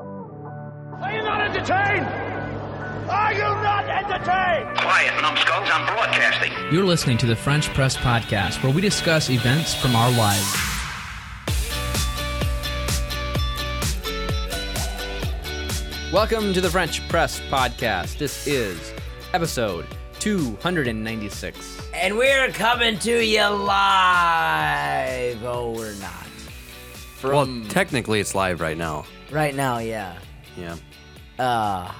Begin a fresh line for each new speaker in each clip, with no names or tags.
Are you not entertained? Are you not entertained?
Quiet, numbskulls, I'm broadcasting.
You're listening to the French Press Podcast, where we discuss events from our lives. Welcome to the French Press Podcast. This is episode 296.
And we're coming to you live. Oh, we're not.
From
Well, technically, it's live right now.
Right now, yeah. Uh,
Yeah.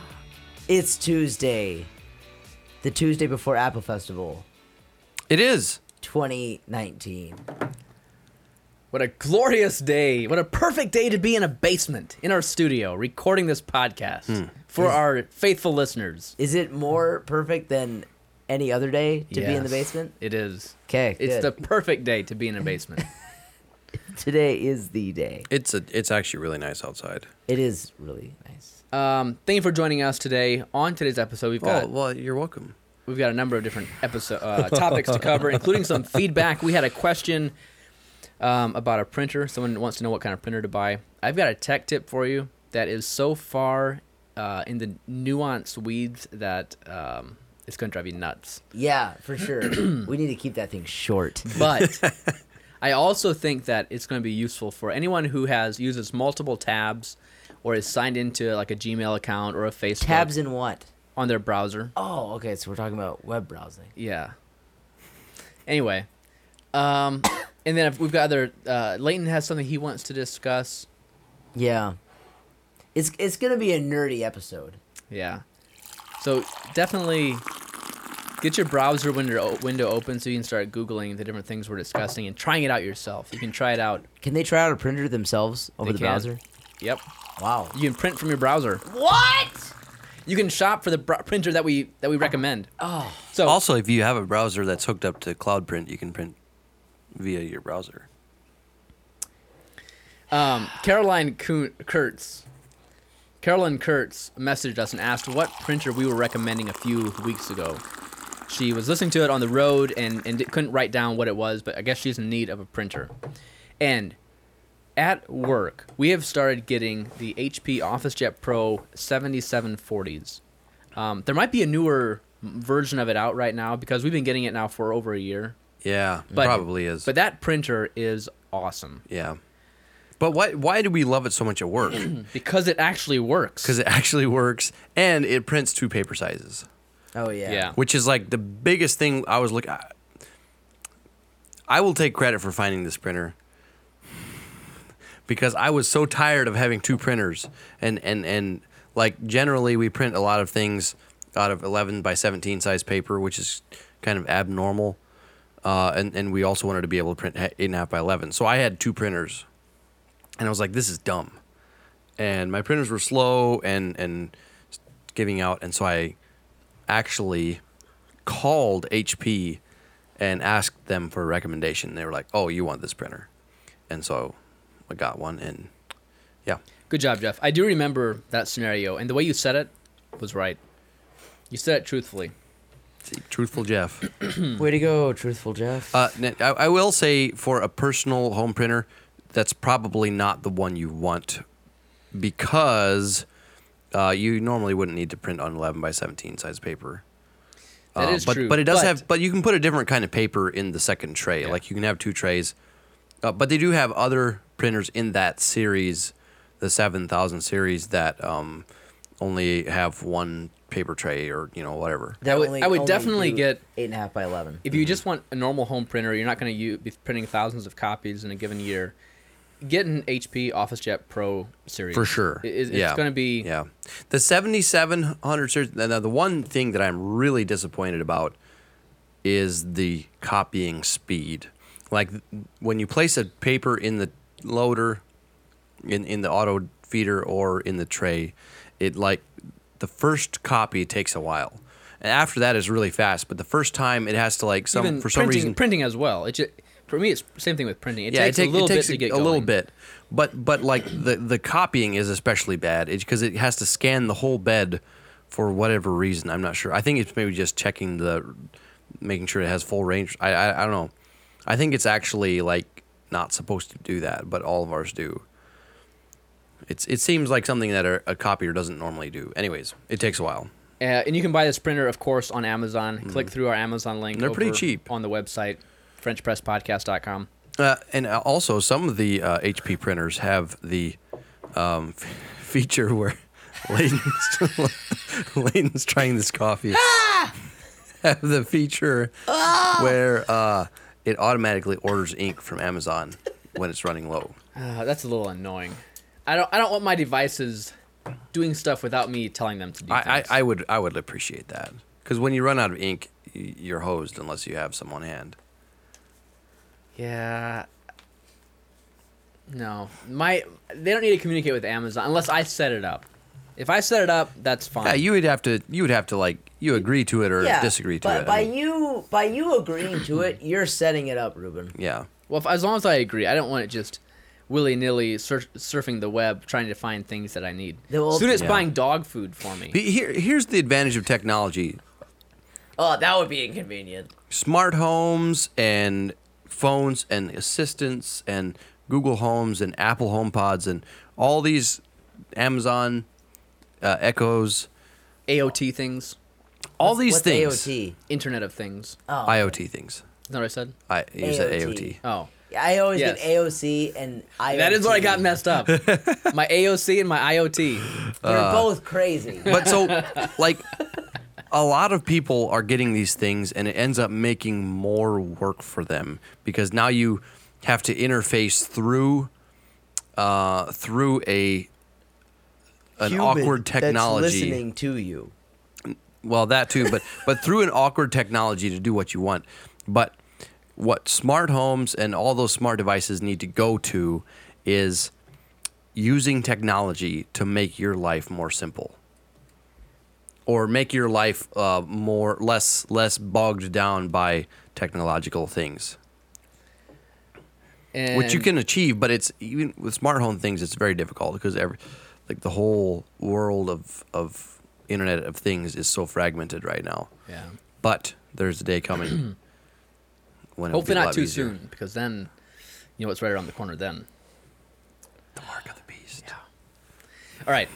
It's Tuesday. The Tuesday before Apple Festival
It is.
2019.
what a glorious day. What a perfect day to be in a basement in our studio recording this podcast
Hmm.
for our faithful listeners.
Is it more perfect than any other day to be in the
Yes,
basement?
It is.
'Kay,
It's
good.
the perfect day to be in a basement.
Today is the day.
It's a, It's actually really nice outside.
It is really nice.
um, thank you for joining us today. On today's episode, we've got
Oh, well, you're welcome.
We've got a number of different episode uh, topics to cover, including some feedback. We had a question um, about a printer. Someone wants to know what kind of printer to buy. I've got a tech tip for you that is so far uh, in the nuanced weeds that um, it's going to drive you nuts.
Yeah, for sure. we need to keep that thing short.
But I also think that it's going to be useful for anyone who has uses multiple tabs or is signed into like a Gmail account or a Facebook
Tabs in what?
on their browser.
Oh, okay. So we're talking about web browsing.
Yeah. Anyway, um, and then if we've got other. Uh, Leighton has something he wants to discuss.
Yeah. It's it's going to be a nerdy episode.
Yeah. So definitely get your browser window window open so you can start googling the different things we're discussing and trying it out yourself. You can try it out.
Can they try out a printer themselves over
They
the
can.
browser?
Yep.
Wow.
You can print from your browser.
What?
You can shop for the br- printer that we that we recommend.
Oh,
So
Also, if you have a browser that's hooked up to Cloud Print, you can print via your browser.
Um, Caroline Ku- Kurtz. Carolyn Kurtz messaged us and asked what printer we were recommending a few weeks ago. She was listening to it on the road and, and couldn't write down what it was, but I guess she's in need of a printer. And at work, we have started getting the HP OfficeJet Pro 7740s. Um, there might be a newer version of it out right now because we've been getting it now for over a year.
Yeah,
But,
probably is.
But that printer is awesome
yeah. But why? Why do we love it so much at work?
because it actually works.
Because it actually works, and it prints two paper sizes.
Oh yeah.
Yeah.
which is like the biggest thing I was looking. I, I will take credit for finding this printer because I was so tired of having two printers and and and like generally we print a lot of things out of 11 by 17 size paper, which is kind of abnormal. Uh, and, and we also wanted to be able to print he- eight and a half by 11. So I had two printers and I was like, this is dumb. And my printers were slow and, and giving out. And so I actually called HP and asked them for a recommendation. They were like, "Oh, you want this printer?" And so I got one, and yeah,
Good job, Jeff. I do remember that scenario, and the way you said it was right. You said it truthfully.
See, truthful Jeff.
Hmm.
Way to go, truthful Jeff.
Uh, n- I, I will say for a personal home printer, that's probably not the one you want because uh, you normally wouldn't need to print on 11 by 17 size paper. Uh,
That is
but,
true.
But it does have. But you can put a different kind of paper in the second tray. Like you can have two trays. Uh, but they do have other printers in that series, the seven thousand series, that um, only have one paper tray or you know whatever.
That
I would-
only-
I would
only
definitely
do
get-
eight and a half by eleven.
If you
Mm-hmm.
just want a normal home printer, you're not going to be printing thousands of copies in a given year. Get an HP OfficeJet Pro series
for sure.
It- it's
yeah.
going to be
yeah. The seventy seven hundred series. Now now the one thing that I'm really disappointed about is the copying speed. Like th- when you place a paper in the loader, in in the auto feeder or in the tray, it like the first copy takes a while. And after that is really fast, but the first time it has to like some
even
for some
printing,
reason
printing as well. It just, for me, it's same thing with printing. It
yeah,
takes
it, take,
a little
it takes
bit to
a,
get
a little
going.
bit, but but like the the copying is especially bad because it has to scan the whole bed for whatever reason. I'm not sure. I think it's maybe just checking the, making sure it has full range. I I, I don't know. I think it's actually like not supposed to do that, but all of ours do. It's it seems like something that a, a copier doesn't normally do. Anyways, it takes a while.
Uh, and you can buy this printer, of course, on Amazon. Click through our Amazon link.
Mm-hmm. They're pretty
over
cheap.
on the website, FrenchPressPodcast.com.
Uh, and uh, also, some of the uh, HP printers have the um, f- feature where Layden's, Layden's trying this coffee.
Ah!
have the feature where uh, it automatically orders ink from Amazon when it's running low.
Uh, that's a little annoying. I don't. I don't want my devices doing stuff without me telling them to do
I,
things.
I, I would I would appreciate that because when you run out of ink, y- you're hosed unless you have some on hand.
yeah. No, my they don't need to communicate with Amazon unless I set it up. If I set it up, that's fine.
Yeah, you would have to you would have to like you agree to it or
Yeah,
disagree to
but
it.
By
I mean,
you by you agreeing to it, you're setting it up, Ruben.
yeah.
Well, if, as long as I agree, I don't want it just willy nilly sur- surfing the web trying to find things that I need.
The old-
Soon it's
Yeah.
buying dog food for me.
But Here, here's the advantage of technology
Oh, that would be inconvenient.
smart homes and phones and assistants and Google Homes and Apple Home Pods and all these Amazon uh, Echoes,
AOT things,
all these
What's
things,
AOT?
Internet of Things.
Oh,
IoT things.
Is that what I said?
I you said
AOT.
AOT.
Oh.
I always
Yes.
get AOC and IoT.
That is what I got messed up. my AOC and my IoT.
You're
Uh,
both crazy.
But so, like, a lot of people are getting these things, and it ends up making more work for them because now you have to interface through, uh, through a an
Human
awkward technology.
That's listening to you.
Well, that too, but but through an awkward technology to do what you want. But what smart homes and all those smart devices need to go to is using technology to make your life more simple or make your life uh, more less less bogged down by technological things
And
which you can achieve but it's even with smart home things it's very difficult because every like the whole world of of internet of things is so fragmented right now
Yeah.
but there's a day coming when it'll be
Hopefully
a
not
lot
too
easier.
soon, because then you know what's right around the corner then.
The mark of the beast.
All right.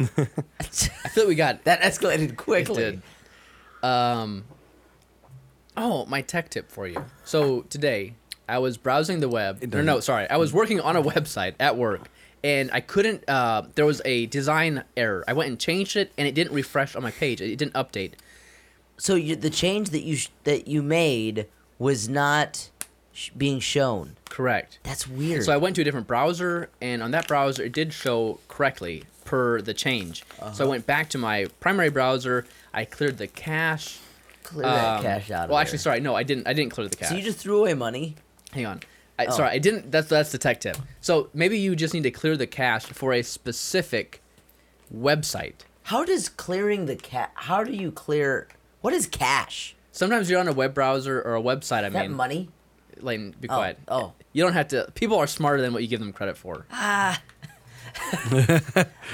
I feel like we got
That escalated quickly.
did. Um, oh, my tech tip for you. So today, I was browsing the web. No, no, sorry. I was working on a website at work, and I couldn't. Uh, there was a design error. I went and changed it, and it didn't refresh on my page. It didn't update.
So you, the change that you sh- that you made was not sh- being shown.
Correct.
That's weird.
So I went to a different browser, and on that browser, it did show correctly per the change.
Uh-huh.
So I went back to my primary browser. I cleared the cache.
clear that
um,
cash out. Of
Well, actually,
there.
sorry, no, I didn't. I didn't clear the cache.
So you Oh. just threw away money.
Hang on. I, Sorry, I didn't. That's that's the tech tip. So maybe you just need to clear the cache for a specific website.
How does clearing the cash? How do you clear? What is cash?
Sometimes you're on a web browser or a website. I
Is that
mean,
money?
Layton, be
Oh,
quiet.
oh.
You don't have to. People are smarter than what you give them credit for.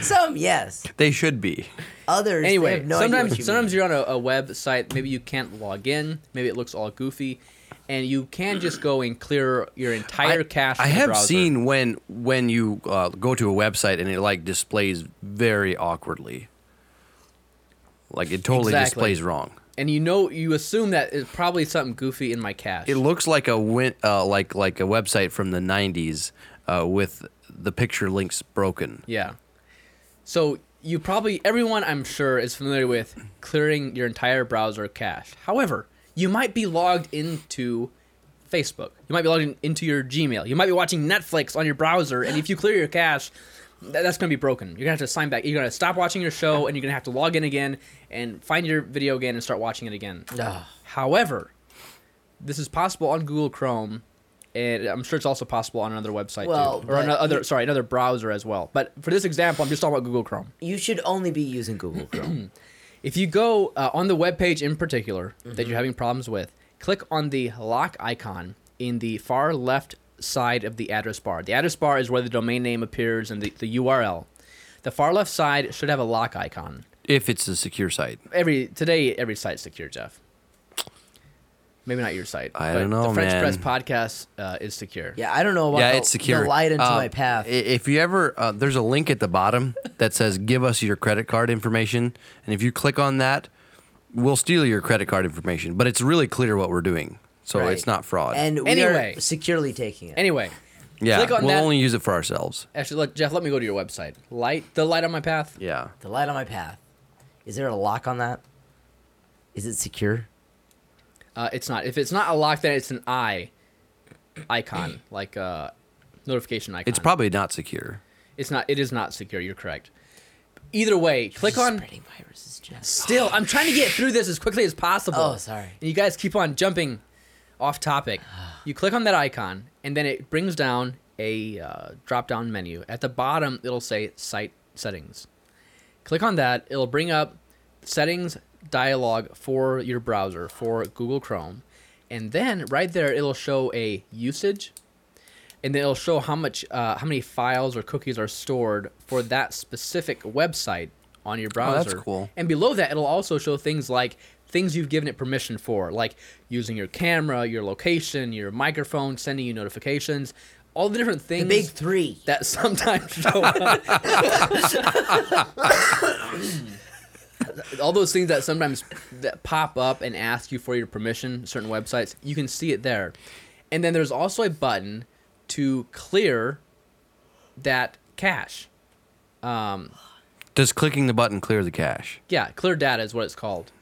Some yes.
They should be.
Others. they
anyway,
have no idea
sometimes
what you
sometimes
mean.
you're on a, a website. Maybe you can't log in. Maybe it looks all goofy, and you can just go and clear your entire cache.
I
in the
have
browser.
seen when when you uh, go to a website and it like displays very awkwardly. Like it totally
Exactly.
displays wrong.
and you know you assume that it's probably something goofy in my cache.
It looks like a win- uh, like like a website from the '90s uh, with the picture links broken.
Yeah. So you probably everyone I'm sure is familiar with clearing your entire browser cache. However, you might be logged into Facebook. You might be logged in, into your Gmail. You might be watching Netflix on your browser, and if you clear your cache, th- that's going to be broken. You're going to have to sign back. You're going to stop watching your show, and you're going to have to log in again and find your video again and start watching it again. However, this is possible on Google Chrome, and I'm sure it's also possible on another website
Well,
too, or
but
another
you-
sorry another browser as well. But for this example, I'm just talking about Google Chrome.
You should only be using Google Chrome.
If you go uh, on the web page in particular that
Mm-hmm.
you're having problems with, click on the lock icon in the far left side of the address bar. The address bar is where the domain name appears and the, the URL. The far left side should have a lock icon.
If it's a secure site,
Every today, every site's secure, Jeff. Maybe not your site.
I
but
don't know,
The French
man.
Press podcast uh, is secure.
Yeah, I don't know about
Yeah,
the,
it's secure.
the light into
Um,
Uh,
my path.
i- If you ever, uh, there's a link at the bottom that says "Give us your credit card information," and if you click on that, we'll steal your credit card information. But it's really clear what we're doing, so
Right.
it's not fraud.
and we
Anyway.
are securely taking it.
Anyway,
yeah,
click on
we'll
that-
only use it for ourselves.
actually, let, Jeff, let me go to your website. Light the light on my path.
Yeah,
the light on my path. Is there a lock on that? Is it secure?
Uh, it's not. If it's not a lock, then it's an eye icon, like a notification icon.
it's probably not secure.
It's not. It is not secure. You're correct. Either way, click on.
spreading viruses, Jeff.
Still, I'm trying to get through this as quickly as possible.
Oh, sorry.
And you guys keep on jumping off topic. You click on that icon, and then it brings down a uh, drop-down menu. At the bottom, it'll say Site Settings. Click on that. It'll bring up settings dialog for your browser for Google Chrome, and then right there, it'll show a usage, and then it'll show how much, uh, how many files or cookies are stored for that specific website on your browser.
that's cool.
And below that, it'll also show things like things you've given it permission for, like using your camera, your location, your microphone, sending you notifications, all the different things
The big three.
that sometimes show up. All those things that sometimes that pop up and ask you for your permission, certain websites, you can see it there. And then there's also a button to clear that cache.
Does clicking the button clear the cache?
Yeah, clear data is what it's called.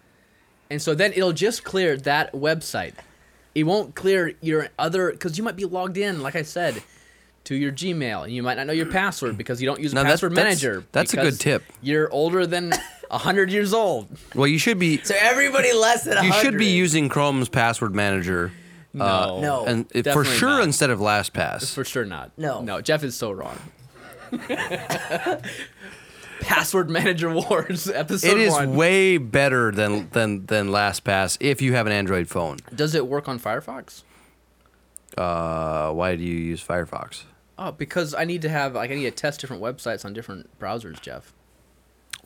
And so then it'll just clear that website. It won't clear your other because you might be logged in, like I said, to your Gmail, and you might not know your password because you don't use a
No, Mm. that's-
password
that's-
manager.
that's a good
because
tip. Uh,
You're older than hundred years old.
Well, you should be.
So everybody less than
you
100.
should be using Chrome's password manager. No,
No.
and it, for
Oh, definitely
sure
not.
instead of LastPass.
For sure not.
No.
No, Jeff is so wrong. password manager wars episode
it is
one.
way better than than than LastPass if you have an Android phone.
Does it work on Firefox?
Uh, why do you use Firefox?
Oh, because I need to have like I need to test different websites on different browsers, Jeff.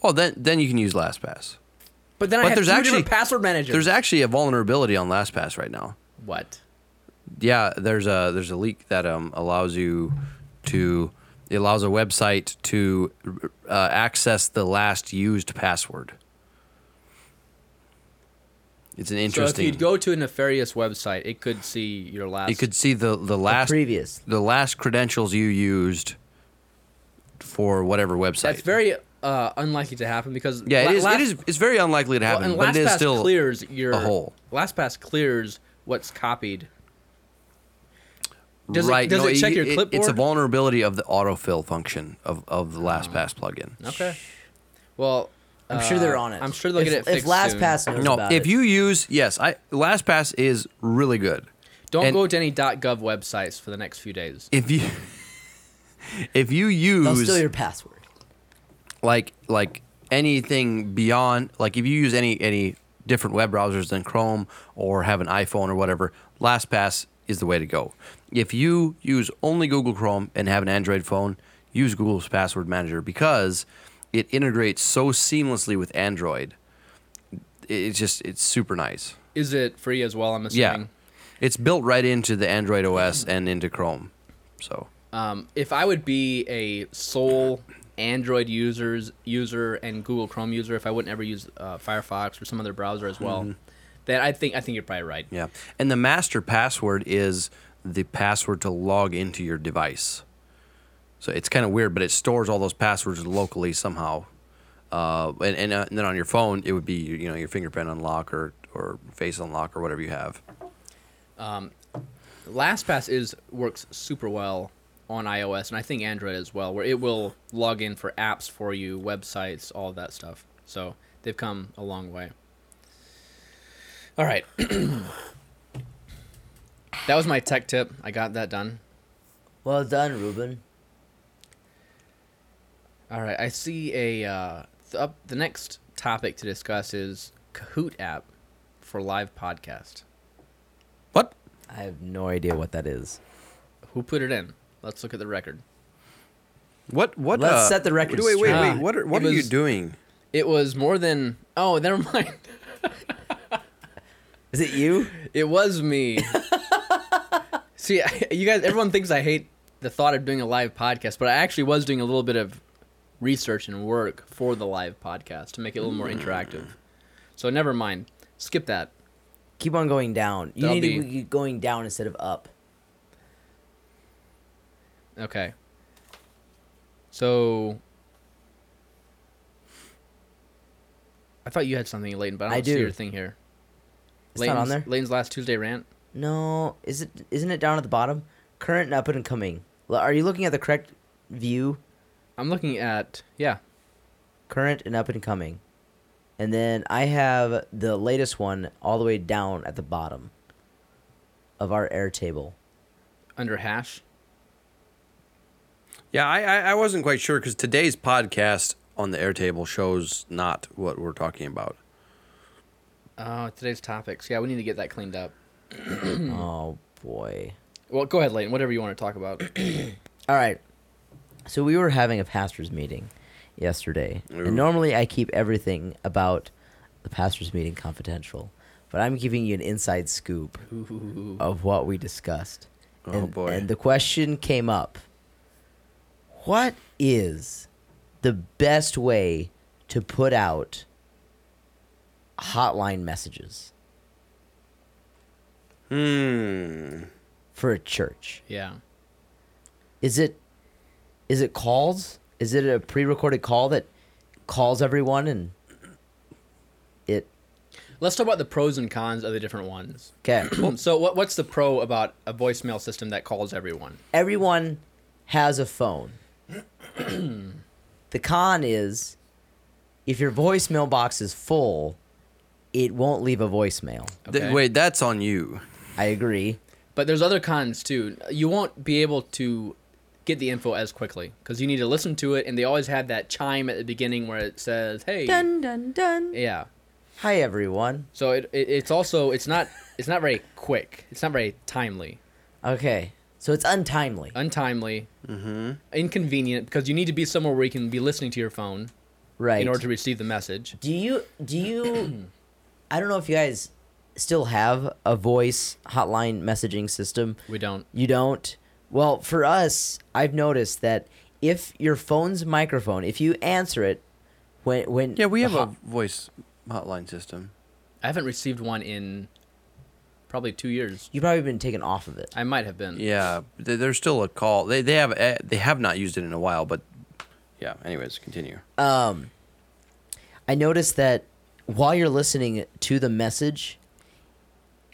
Well, then then you can use LastPass.
But then I
But
have
there's
two
actually-
different password managers.
There's actually a vulnerability on LastPass right now.
what?
Yeah, there's a there's a leak that um allows you to it allows a website to uh, access the last used password. It's an
So if
interesting.
you go to a nefarious website, it could see your last.
it could see the the last
previous.
the last credentials you used for whatever website.
That's very uh, unlikely to happen because
Yeah,
la-
it is.
last-
it is. It's very unlikely to
well,
happen,
and
but it is
LastPass
still
clears your
a hole.
LastPass clears what's copied. Does
right.
it, does
no,
it check your
it-
clipboard? Ah.
It's a vulnerability of the autofill function of of the LastPass plugin.
Okay. Well,
I'm sure they're on it.
I'm sure they'll
if,
get it
If
fixed
LastPass knows
No,
about
if
it.
you use yes, I LastPass is really good.
Don't
and-
go to any .gov websites for the next few days.
If you if you
they'll
use
steal your password.
like like anything beyond like if you use any any different web browsers than Chrome or have an iPhone or whatever, LastPass is the way to go. If you use only Google Chrome and have an Android phone, use Google's password manager because it integrates so seamlessly with Android. It- It's just it's super nice.
Is it free as well? I'm
Yeah.
assuming.
It's built right into the Android OS and into Chrome. So
Um, if I would be a sole Android users user and Google Chrome user, if I wouldn't ever use uh, Firefox or some other browser as well, then I think I think you're probably right.
Yeah. And the master password is the password to log into your device. So it's kind of weird, but it stores all those passwords locally somehow. Uh, and and, uh, and then on your phone, it would be you know your fingerprint unlock or, or face unlock or whatever you have.
LastPass is works super well on iOS and I think Android as well, where it will log in for apps for you, websites, all that stuff. So they've come a long way. All right, that was my tech tip. I got that done.
Well done, Ruben.
All right, I see a uh, th- up, the next topic to discuss is Kahoot app for live podcast.
What?
I have no idea what that is.
Who put it in? Let's look at the record.
What? What?
Let's
uh,
set the record
Wait, wait,
straight.
wait. What are, what
It
are you
was-
doing?
It was more than oh, never mind.
Is it you?
It was me. See, you guys, everyone thinks I hate the thought of doing a live podcast, but I actually was doing a little bit of research and work for the live podcast to make it a little more interactive. So never mind. Skip that.
Keep on going down. You
That'll
need to
be-
be going down instead of up.
Okay. So I thought you had something, Leighton, but I don't
I
see
do.
your thing here.
It's not on there.
Leighton's last Tuesday rant.
No, is it? Isn't it down at the bottom? Current and up and coming. L- Are you looking at the correct view?
I'm looking at yeah.
Current and up and coming, and then I have the latest one all the way down at the bottom of our air table.
under hash.
Yeah, I I, I wasn't quite sure because today's podcast on the Airtable shows not what we're talking about.
Oh, today's topics. Yeah, we need to get that cleaned up.
oh boy.
Well, go ahead, Layton. Whatever you want to talk about.
All right. So we were having a pastors meeting yesterday,
Ooh.
and normally I keep everything about the pastors meeting confidential, but I'm giving you an inside scoop of what we discussed.
Oh,
and,
boy.
And the question came up: What is the best way to put out hotline messages
Hmm.
for a church?
yeah.
Is it is it calls? Is it a pre-recorded call that calls everyone and it
Let's talk about the pros and cons of the different ones.
okay.
so, what, what's the pro about a voicemail system that calls everyone?
everyone has a phone. the con is if your voicemail box is full, it won't leave a voicemail.
Th-
Okay.
wait, that's on you.
I agree.
But there's other cons too. You won't be able to get the info as quickly because you need to listen to it, and they always have that chime at the beginning where it says, "Hey."
Dun dun dun.
Yeah.
Hi everyone.
So it, it it's also it's not it's not very quick. It's not very timely.
Okay. So it's untimely.
Uh, Untimely.
Mm-hmm.
Inconvenient because you need to be somewhere where you can be listening to your phone.
right.
in order to receive the message.
Do you do you I don't know if you guys still have a voice hotline messaging system.
We don't.
You don't? Well, for us, I've noticed that if your phone's microphone, if you answer it when when
Yeah, we
the
have a
hot-
voice hotline system.
I haven't received one in probably two years.
you've probably been taken off of it.
I might have been.
Yeah, th- there's still a call. They they have eh, they have not used it in a while, but yeah. Anyways, continue.
I noticed that while you're listening to the message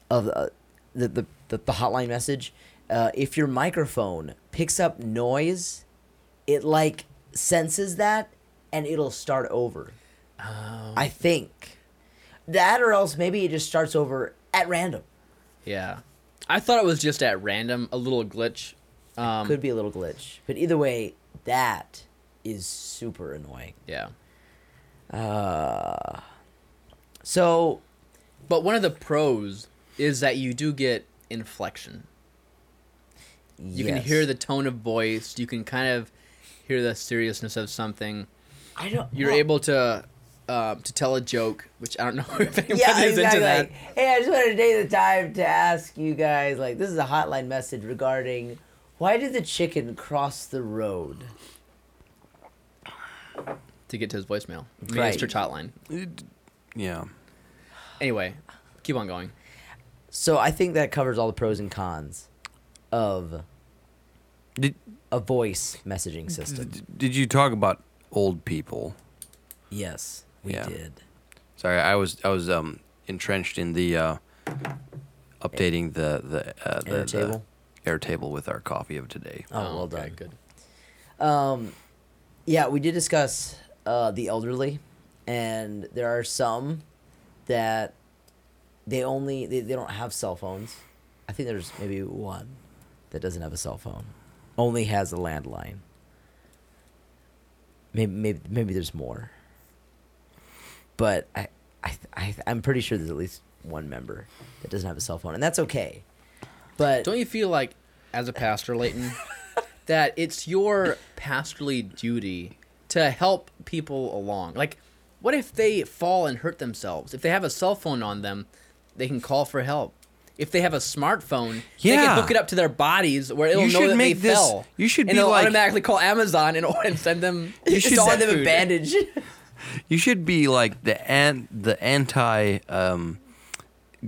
of uh, the, the the the hotline message, uh, if your microphone picks up noise, it like senses that and it'll start over.
Oh.
I think that, or else maybe it just starts over at random.
Yeah. I thought it was just at random, a little glitch. Um,
Could be a little glitch, but either way, that is super annoying.
yeah.
So
But one of the pros is that you do get inflection. You can hear the tone of voice. You can kind of hear the seriousness of something.
I don't.
You're
well-
able to uh, to tell a joke, which I don't know if anybody's
yeah,
into
exactly.
that.
Like, hey, I just wanted to take the time to ask you guys. Like, this is a hotline message regarding why did the chicken cross the road?
To get to his voicemail, I mean,
Right.
his church hotline.
Yeah.
Anyway, keep on going.
So I think that covers all the pros and cons of
Did
a voice messaging system.
d- did you talk about old people?
Yes, we
Yeah.
did.
Sorry, I was I was um entrenched in the uh, updating the the, uh, the the
Airtable?
Airtable with our coffee of today.
Oh, well
okay,
done.
Good.
Yeah, we did discuss uh, the elderly, and there are some that they only they, they don't have cell phones. I think there's maybe one that doesn't have a cell phone, only has a landline. Maybe maybe maybe there's more, but I I, I I'm pretty sure there's at least one member that doesn't have a cell phone, and that's okay. But
Don't you feel like, as a pastor, Leighton, that it's your pastorly duty to help people along? Like, what if they fall and hurt themselves? If they have a cell phone on them, they can call for help. If they have a smartphone, they can
Yeah.
hook it up to their bodies where it'll
You
know
should
that
make
they
this-
fell.
you should
and
be
it'll
like-
automatically call Amazon and, and send them.
You
send
should all have
food.
a bandage.
You should be like the an the anti um,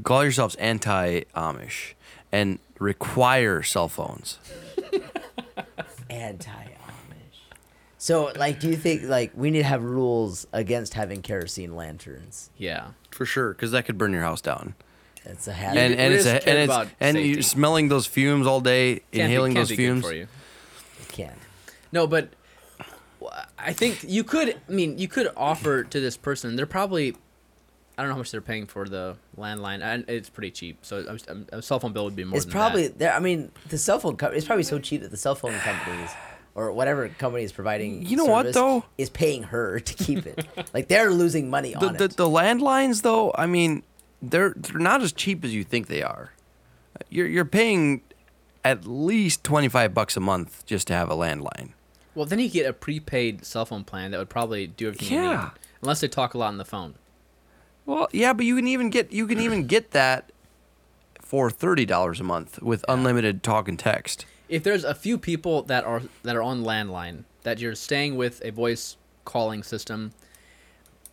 call yourselves anti Amish and require cell phones.
Anti Amish. So, like, do you think like we need to have rules against having kerosene lanterns?
Yeah.
For sure, because that could burn your house down.
That's a habit.
And
we
and it's,
just
a,
care
and it's
about
and
safety.
you smelling those fumes all day,
Can't be-
inhaling
can't be
those
good
fumes.
for you.
can.
No, but I think you could. I mean, you could offer to this person. They're probably. I don't know how much they're paying for the landline. and It's pretty cheap, so I was- um, a cell phone bill would be more.
It's
than
probably
that.
there. I mean, the cell phone company. It's probably so cheap that the cell phone companies. Or whatever company is providing,
You know what,
service
though?
is paying her to keep it. like they're losing money
The,
on
the
it.
the landlines though, I mean, they're they're not as cheap as you think they are. You're you're paying at least twenty five bucks a month just to have a landline.
Well, then you get a prepaid cell phone plan that would probably do everything. you
Yeah.
need, unless they talk a lot on the phone.
Well, yeah, but you can even get you can even get that for thirty dollars a month with unlimited talk and text.
If there's a few people that are that are on landline that you're staying with a voice calling system,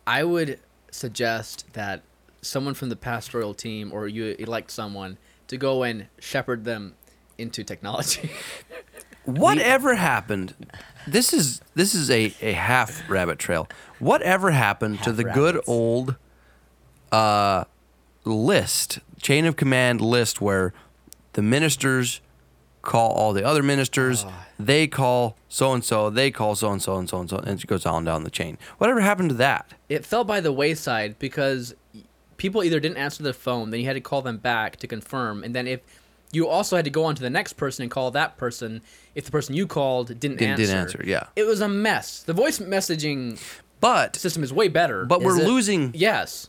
I would suggest that someone from the pastoral team or you elect someone to go and shepherd them into technology.
Whatever happened? This is this is a, a half rabbit trail. Whatever happened to
Half
the good
rabbits.
old uh, list chain of command list where the ministers call all the other ministers,
Ah.
they call so and so, they call so and so and so and so, and it goes on down the chain. Whatever happened to that?
it fell by the wayside because people either didn't answer the phone, then you had to call them back to confirm, and then if you also had to go on to the next person and call that person if the person you called didn't,
Didn't-
answer.
didn't answer, yeah.
It was a mess. The voice messaging
But
system is way better.
but we're
it-
losing.
yes,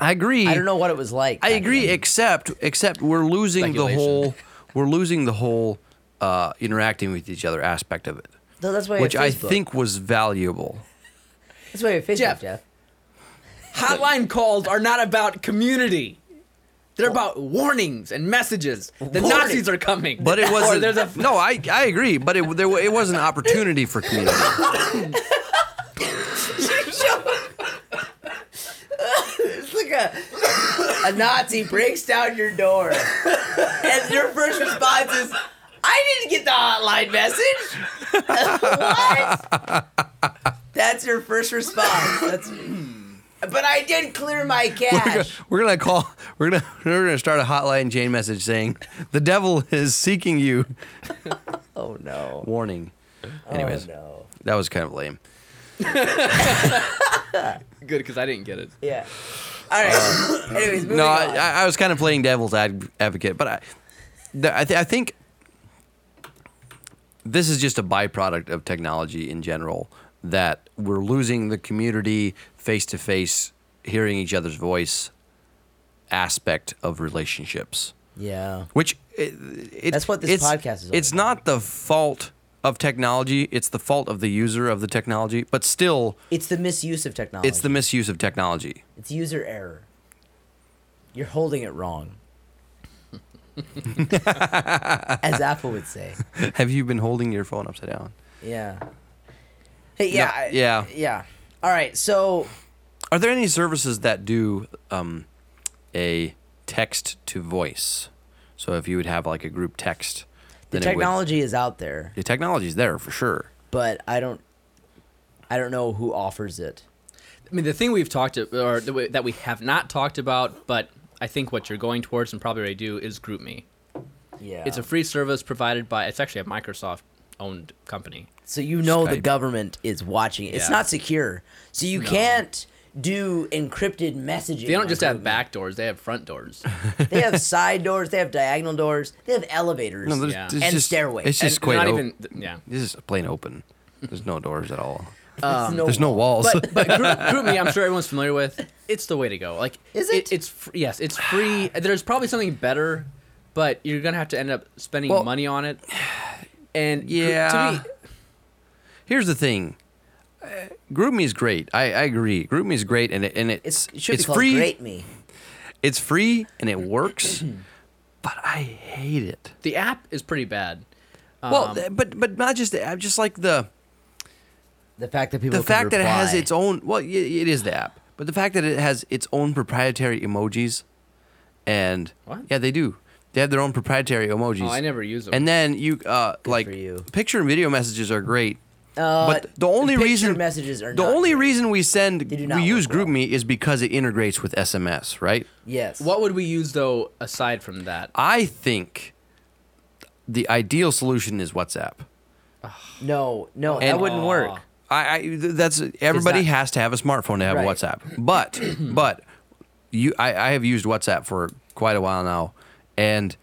I agree.
I don't know what it was like.
I
back
agree,
then.
except except we're losing the
Speculation.
whole we're losing the whole uh, interacting with each other aspect of it,
Though that's why.
which
have
I
Facebook.
think was valuable.
that's why. we have Facebook,
Jeff.
Jeff.
hotline calls are not about community. They're about warnings and messages. The
Warning.
Nazis are coming.
But it
Or
wasn't.
there's a
no, I I agree, but it there wa- it was an opportunity for community.
It's like a, a Nazi breaks down your door, and your first response is, "I didn't get the hotline message." what? That's your first response. That's. "Hmm. But I did clear my cache.
We're gonna call. We're gonna we're gonna start a hotline chain message saying the devil is seeking you.
Oh no.
Warning. Anyways,
Oh no.
that was kind of lame.
good because I didn't get it.
Yeah. All right. Anyways, moving
Uh, No,
on.
I, I I was kind of playing devil's ad- advocate, but I, the, I, th- I think this is just a byproduct of technology in general that we're losing the community face to face, hearing each other's voice aspect of relationships,
yeah.
which it, it,
That's what this
it's-
podcast is all
It's not the fault of technology; it's the fault of the user of the technology. But still,
It's the misuse of technology.
it's the misuse of technology.
It's user error. You're holding it wrong. As Apple would say.
Have you been holding your phone upside down?
Yeah. Hey, yeah.
No,
I-
yeah.
Yeah. All right. So,
Are there any services that do um, a text to voice? So if you would have like a group text,
the
then it would-
technology is out there,
the technology's there for sure.
but I don't I don't know who offers it.
I mean, the thing we've talked about, or the way- that we have not talked about, but I think what you're going towards and probably already do is GroupMe.
Yeah.
It's a free service provided by, it's actually a Microsoft owned company.
so you know the
Skype.
government is watching. it. It's
Yeah.
not secure. So you can't do encrypted messaging.
They
on
don't just have
Google.
back doors, they have front doors.
They have side doors, they have diagonal doors, they have elevators.
No, there's-
Yeah.
it's
And
just,
stairways.
It's just
And
quite
not
open.
even, th- yeah.
This is plain open. There's no doors at all.
There's no
There's no walls.
But Group, GroupMe, I'm sure everyone's familiar with. It's the way to go. Like,
Is it?
it's fr- yes, it's free. There's probably something better, but you're gonna have to end up spending
Well-
money on it. And Grou-
Yeah.
to me,
Here's the thing. Uh, GroupMe is great. I, I agree. GroupMe is great, and it, and
It's
it's
it should
it's
be called
free.
Great Me.
It's free and it works, but I hate it.
The app is pretty bad.
well, th- but but not just the app, just like the
The fact that people
the
can
fact that it has
reply.
its own. Well, y- it is the app, but the fact that it has its own proprietary emojis, and
What?
yeah, they do. They have their own proprietary emojis.
Oh, I never use 'em.
And then you uh, like
for you.
picture and video messages are great.
Uh,
but the only
picture
reason
messages are
the
not
only
great.
reason we send
do
we
not
use
work well.
GroupMe is because it integrates with SMS, right?
yes.
What would we use though aside from that?
I think the ideal solution is WhatsApp.
No, no, that
And-
wouldn't work.
I, I th- that's everybody
not-
has to have a smartphone to have
Right.
WhatsApp. But but you I, I have used WhatsApp for quite a while now and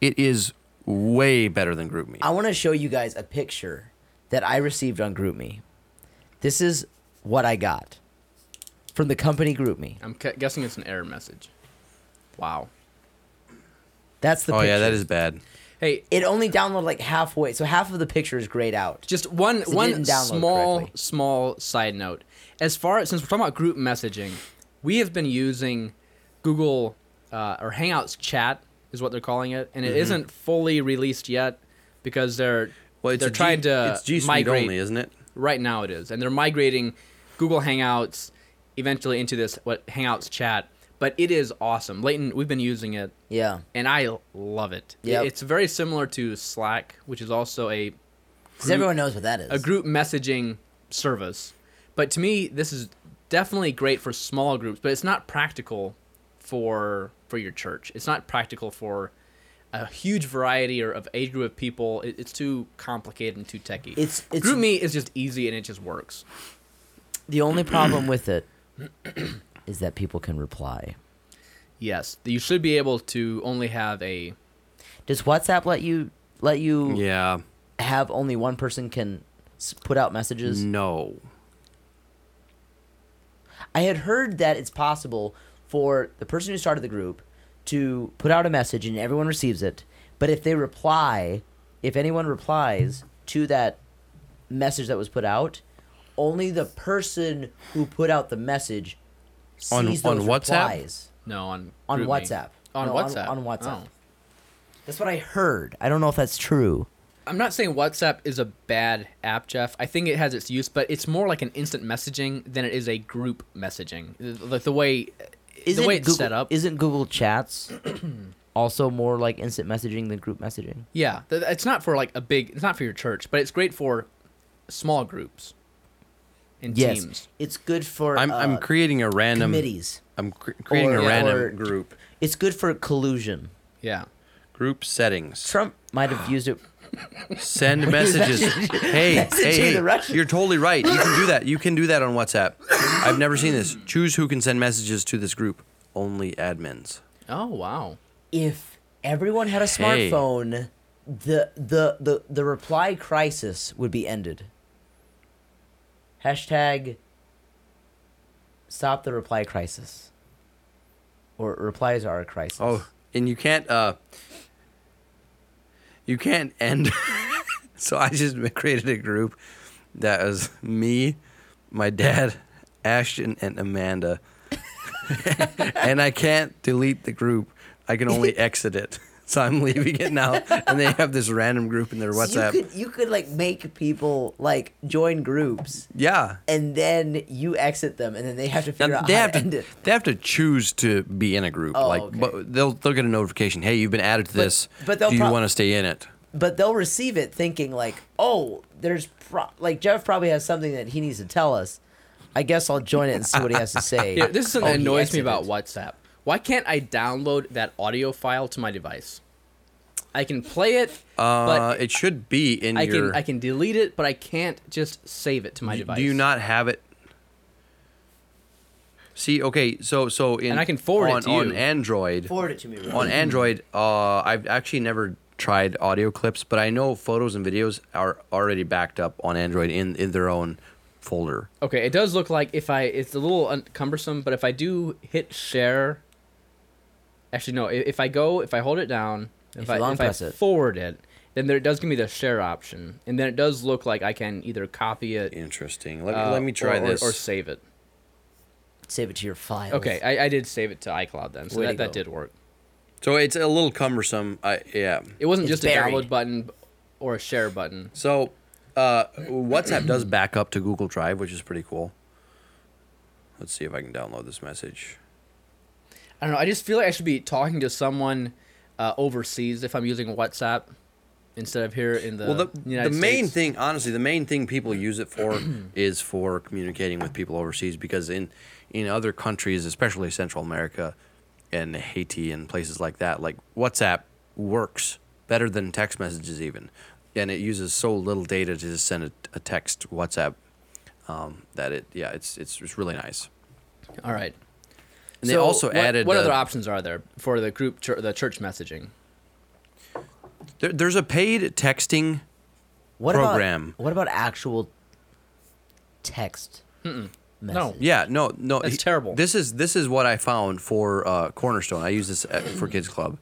it is way better than GroupMe.
I want to show you guys a picture that I received on GroupMe. This is what I got from the company GroupMe.
I'm cu- guessing it's an error message. Wow.
That's the
oh
picture.
yeah, that is bad.
Hey,
It only downloaded like halfway, so half of the picture is grayed out.
just one
it
one
didn't download
small
correctly.
small side note. As far as since we're talking about group messaging, we have been using Google uh, or Hangouts chat is what they're calling it, and it
Mm-hmm.
not fully released yet because they're they're trying to
it's G Suite
migrate
only, isn't it?
Right now it is, and they're migrating Google Hangouts eventually into this what Hangouts chat. But it is awesome, Leighton. We've been using it,
Yeah.
and I love it. It-
Yep.
It's very similar to Slack, which is also a
Because everyone knows what that is.
a group messaging service. But to me, this is definitely great for small groups, but it's not practical for for your church. It's not practical for a huge variety or of age group of people. It, it's too complicated and too techy.
It's- it's-
group me is just easy and it just works.
The only problem with it is that people can reply.
Yes, you should be able to only have a
Does WhatsApp let you let you
Yeah.
have only one person can s- put out messages?
No.
I had heard that it's possible for the person who started the group to put out a message and everyone receives it, but if they reply, if anyone replies to that message that was put out, only the person who put out the message
On-
sees
on
those
WhatsApp?
replies
no on
on
GroupMe.
WhatsApp.
on
No,
WhatsApp
On,
Oh.
WhatsApp. That's what I heard. I don't know if that's true.
I'm not saying WhatsApp is a bad app, Jeff. I think it has its use, but it's more like an instant messaging than it is a group messaging. Like the way,
Isn't
the way it's
Google,
set up.
Isn't Google Chats also more like instant messaging than group messaging?
yeah, th- it's not for like a big. It's not for your church, but it's great for small groups and
Yes,
teams.
it's good for
I'm I'm
uh,
creating a random
committees.
I'm cr- creating
Or-
a random
or-
group.
It's good for collusion.
Yeah,
Group settings.
Trump might have used it.
Send messages. hey, hey,
the
hey,
Russian.
you're totally right. You can do that. You can do that on WhatsApp. I've never seen this. Choose who can send messages to this group. Only admins.
Oh wow.
If everyone had a smartphone, the, the the the reply crisis would be ended. Hashtag stop the reply crisis. Or replies are a crisis.
Oh, and you can't uh you can't end so I just created a group that was me, my dad, Ashton and Amanda. and I can't delete the group. I can only exit it. So I'm leaving it now and they have this random group in their WhatsApp.
You could you could like make people like join groups
yeah.
and then you exit them and then they have to
Now,
figure out
they
how
have
to end
to
it.
they have to choose to be in a group.
Oh,
like
okay.
but they'll they'll get a notification. Hey, you've been added to this.
but they'll
do you
prob-
want to stay in it?
But they'll receive it thinking like, "Oh, there's pro- like Jeff probably has something that he needs to tell us. I guess I'll join it and see what he has to say."
Yeah, this is something
Oh,
that
he
annoys me
exited.
about WhatsApp. Why can't I download that audio file to my device? I can play it,
Uh,
but
it should be in
I
your.
can I can delete it, but I can't just save it to my device.
Do you not have it? See, okay, so so in
And I can forward it
on,
to
on
you.
Android.
Forward it to me.
on Android, uh, I've actually never tried audio clips, but I know photos and videos are already backed up on Android in in their own folder.
Okay, it does look like if I it's a little un- cumbersome, but if I do hit share, actually no, i- if I go if I hold it down, if,
you
I
long
if I
press it.
forward it, then there it does give me the share option, and then it does look like I can either copy it,
Interesting. Let me
uh,
let me try
or, or-
this.
or save it.
save it to your files.
Okay, uh, I, I did save it to iCloud then, so
Way to
that, that
go.
did work.
So it's a little cumbersome. I yeah.
It wasn't
It's
just
buried.
a download button or a share button.
So uh, WhatsApp does back up to Google Drive, which is pretty cool. Let's see if I can download this message.
I don't know. I just feel like I should be talking to someone uh, overseas if I'm using WhatsApp instead of here in the
well, the, the
Uh, United
main
States.
thing, honestly, the main thing people use it for is for communicating with people overseas because in in other countries, especially Central America and Haiti and places like that, like WhatsApp works better than text messages even, and it uses so little data to just send a, a text WhatsApp um, that it yeah it's it's it's really nice.
All right.
And they also
what,
added
What
uh,
other options are there for the group, chur the church messaging?
There, there's a paid texting.
what
program.
About, what about actual text?
No.
message?
Yeah, no, no,
That's terrible.
This is this is what I found for uh, Cornerstone. I use this at, for Kids Club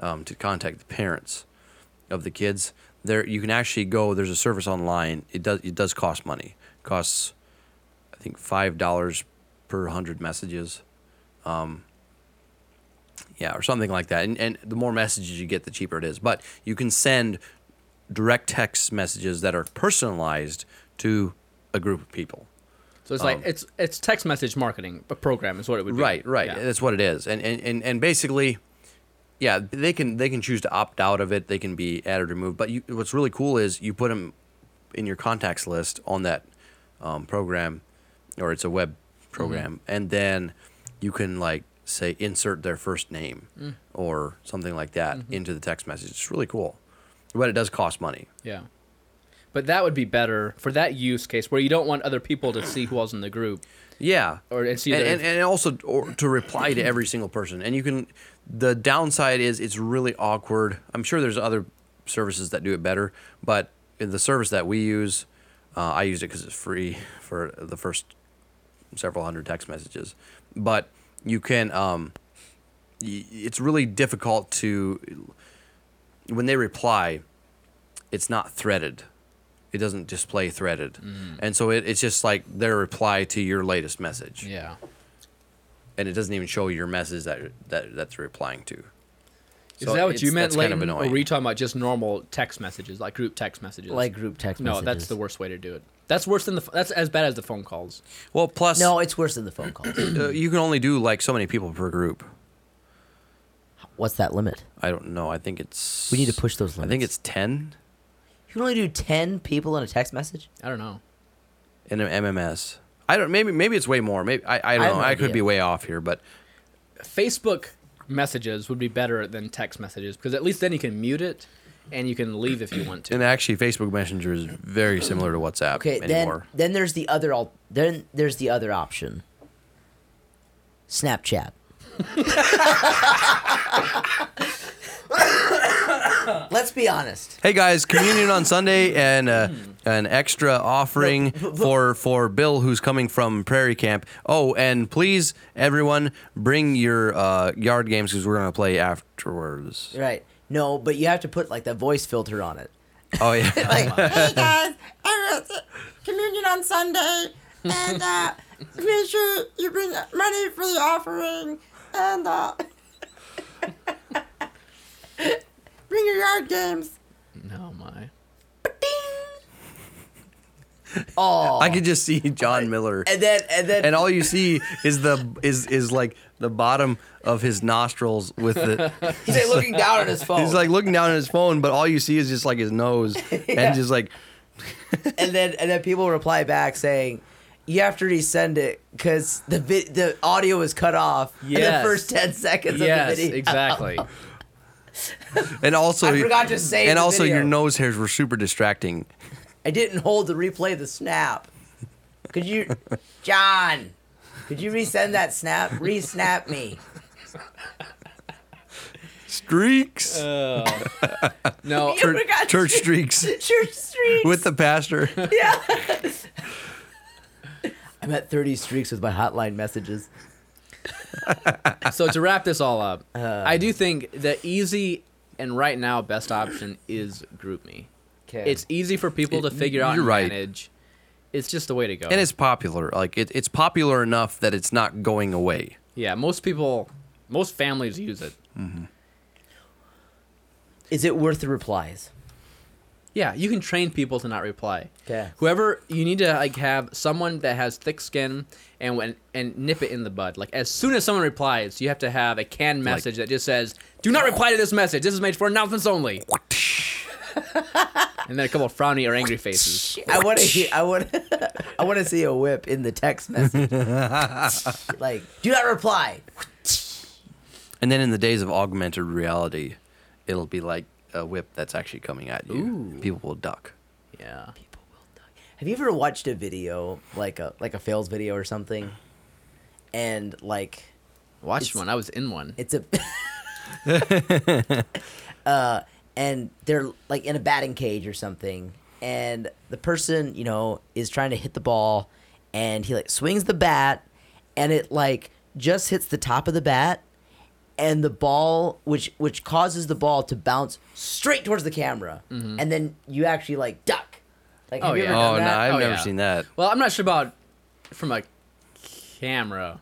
um, to contact the parents of the kids. There, you can actually go. There's a service online. It does it does cost money. It costs, I think five dollars per hundred messages. um, yeah, or something like that. And and the more messages you get, the cheaper it is. But you can send direct text messages that are personalized to a group of people.
So it's like it's it's text message marketing a program is what it would be.
Um, Right, right.
Yeah.
That's what it is. And, and and and basically, yeah, they can they can choose to opt out of it. They can be added or removed. But you, what's really cool is you put them in your contacts list on that um, program, or it's a web program,
Mm-hmm.
and then you can like say insert their first name
Mm.
or something like that
Mm-hmm.
into the text message. It's really cool, but it does cost money.
Yeah. But that would be better for that use case where you don't want other people to see who else in the group.
Yeah,
Or it's either-
and, and, and also or to reply to every single person. And you can. The downside is it's really awkward. I'm sure there's other services that do it better, but in the service that we use, uh, I used it because it's free for the first several hundred text messages. But you can. Um, y- it's really difficult to when they reply. It's not threaded it doesn't display threaded. And so it, it's just like their reply to your latest message.
Yeah.
And it doesn't even show your message that that that's replying to.
Is that what you
it's-
meant,
that's kind
Leighton?
of
Or
annoying.
were you talking about just normal text messages, like group text messages?
Like group text
No,
messages.
that's the worst way to do it. That's worse than the. ph- That's as bad as the phone calls.
Well, plus
No, it's worse than the phone calls.
uh, you can only do like so many people per group.
What's that limit?
I don't know. I think it's
We need to push those
I think
limits.
it's 10
You can only do 10 people in a text message?
I don't know.
in an MMS. I don't maybe maybe it's way more. Maybe I, I don't
I have
know.
no
I could
idea.
be way off here, but
Facebook messages would be better than text messages because at least then you can mute it, and you can leave if you want to.
and actually Facebook Messenger is very similar to WhatsApp
Okay,
anymore.
then then there's the other al- then there's the other option. Snapchat. Let's be honest.
Hey guys, communion on Sunday and uh,
Hmm.
an extra offering for for Bill who's coming from Prairie Camp. Oh, and please everyone bring your uh, yard games because we're gonna play afterwards.
Right. No, but you have to put like the voice filter on it.
Oh yeah,
Like,
hey guys, I was at communion on Sunday, and uh, make sure you bring money for the offering, and uh, bring your yard games.
No, my.
oh.
I could just see John Miller,
and then and then
and all you see is the is is like the bottom of his nostrils with the.
he's like looking down at his phone.
He's like looking down at his phone, but all you see is just like his nose and just like.
and then and then people reply back saying you have to resend it because the vi- the audio was cut off in the
Yes.
first ten seconds of
Yes,
the video.
exactly.
And also,
I forgot to save
and
the
also your
video.
nose hairs were super distracting.
I didn't hold the replay the snap. Could you, John? Could you resend that snap? Resnap me.
Streaks.
Oh. No,
You forgot
church streaks
Church streaks.
with the pastor.
I'm at 30 streaks with my hotline messages.
so to wrap this all up,
Uh.
I do think the easy and right now best option is GroupMe.
Okay.
It's easy for people to figure out
you're
and
right.
manage. it's just the way to go.
and it's popular. Like it, it's popular enough that it's not going away.
yeah, most people, most families use it.
Is it worth the replies?
Yeah, you can train people to not reply.
Okay.
Whoever you need to like have someone that has thick skin and when and nip it in the bud. Like as soon as someone replies, you have to have a canned message that just says, "Do not reply to this message. This is made for announcements only." and then a couple of frowny or angry faces.
I want to hear. I want. I want to see a whip in the text message. like, do not reply.
And then in the days of augmented reality, it'll be like a whip that's actually coming at you. People will duck.
Yeah.
Have you ever watched a video like a like a fails video or something, and like
Watched
It's-
one. I was in one.
it's a, uh, and they're like in a batting cage or something, and the person you know is trying to hit the ball, and he like swings the bat, and it like just hits the top of the bat, and the ball which which causes the ball to bounce straight towards the camera, and then you actually like duck. Like,
Oh,
have you
yeah.
ever done
Mm-hmm. Oh, no,
that?
I've
Oh,
never
yeah.
seen that.
Well, I'm not sure about from a camera.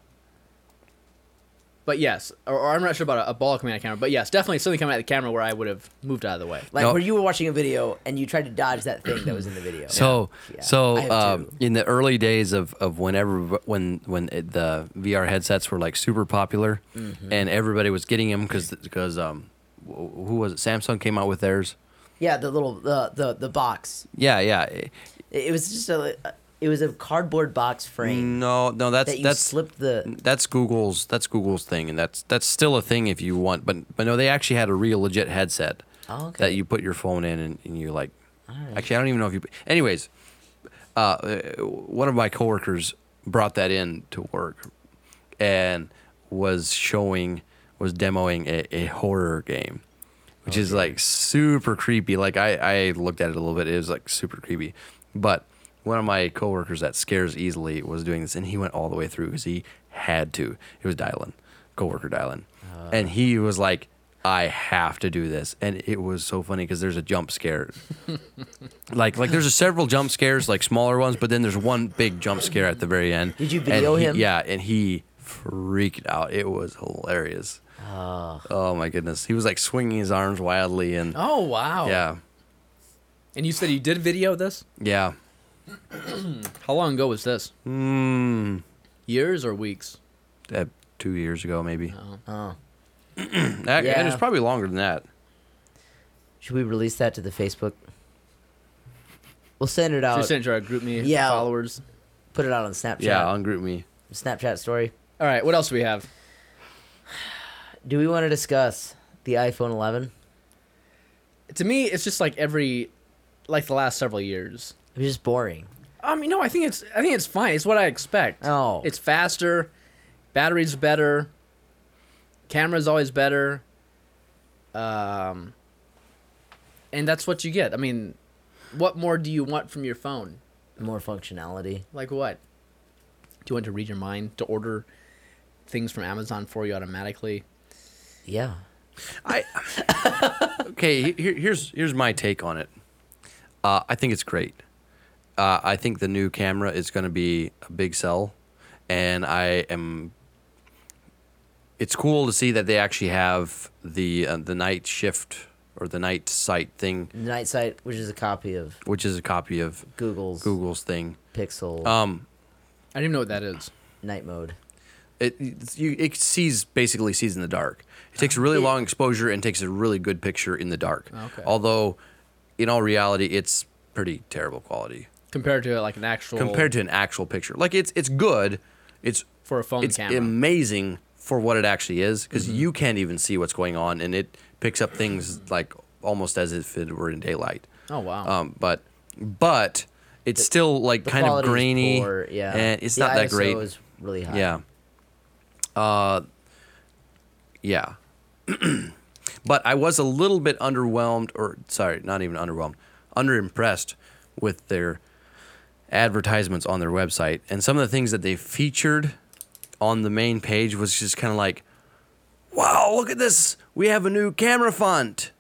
But yes, or, or I'm not sure about a, a ball coming at a camera. But yes, definitely something coming at the camera where I would have moved out of the way.
Like
No.
where you were watching a video and you tried to dodge that thing that was in the video.
So,
Yeah.
so
I have
um,
two.
in the early days of, of whenever when when it, the VR headsets were like super popular,
Mm-hmm.
and everybody was getting them because because um, wh- who was it? Samsung came out with theirs.
yeah, the little the the, the box.
Yeah, Eh, yeah.
It, it was just a it was a cardboard box frame
No, no, that's
that you
Mm, that's mm.
slipped the.
that's Google's that's Google's thing, and that's that's still a thing if you want. But but no, they actually had a real legit headset
Oh, okay.
that you put your phone in, and, and you like. Actually, I don't even know if you. Anyways, uh, uh, one of my coworkers brought that in to work, and was showing was demoing a, a horror game, which is like super creepy. Like I I looked at it a little bit. It was like super creepy, but. One of my coworkers that scares easily was doing this, and he went all the way through because he had to. It was Dylan, coworker Dylan,
Uh.
and he was like, "I have to do this," and it was so funny because there's a jump scare like like there's a several jump scares like smaller ones but then there's one big jump scare at the very end
Did you
And
video
he-
him?
yeah and he freaked out it was hilarious oh my goodness he was like swinging his arms wildly and
Oh wow!
yeah
And you said you did video this?
yeah
How long ago was this? Hmm. Years or weeks?
that two years ago maybe oh, that, and it's
Yeah.
probably longer than that
Should we release that to the Facebook? We'll send it
Should we
out.
send it to our group me
Yeah.
followers.
Put it out on Snapchat.
yeah on group me
Snapchat story.
All right, what else do we have?
Do we want to discuss the iPhone 11?
To me, it's just like every, like the last several years.
It was just boring.
Um, you know, I think it's I think it's fine. It's what I expect.
Oh.
It's faster, battery's better, camera's always better. Um and that's what you get. I mean, what more do you want from your phone?
More functionality.
Like what? Do you want to read your mind, to order things from Amazon for you automatically?
Yeah.
I okay. he- Here, here's here's my take on it. Uh, I think it's great. Uh, I think the new camera is going to be a big sell, and I am. It's cool to see that they actually have the uh, the night shift or the night sight thing,
The night sight, which is a copy of
which is a copy of
Google's
Google's thing.
Pixel
Um,
I don't even know what that is.
night mode.
it it's- you it sees basically sees in the dark. It takes a really long exposure and takes a really good picture in the dark.
Okay.
Although, in all reality, it's pretty terrible quality
Compared to like an actual
compared to an actual picture. Like it's it's good. It's
for a phone
it's
camera.
amazing for what it actually is because you can't even see what's going on and it picks up things like almost as if it were in daylight.
oh wow.
Um, but but it's still like kind of
quality is
grainy.
poor, yeah.
And it's
The
not that
ISO
great.
Is really high.
Yeah. Uh, yeah. but I was a little bit underwhelmed, or sorry, not even underwhelmed, underimpressed with their advertisements on their website. And some of the things that they featured on the main page was just kind of like, wow, look at this. We have a new camera font.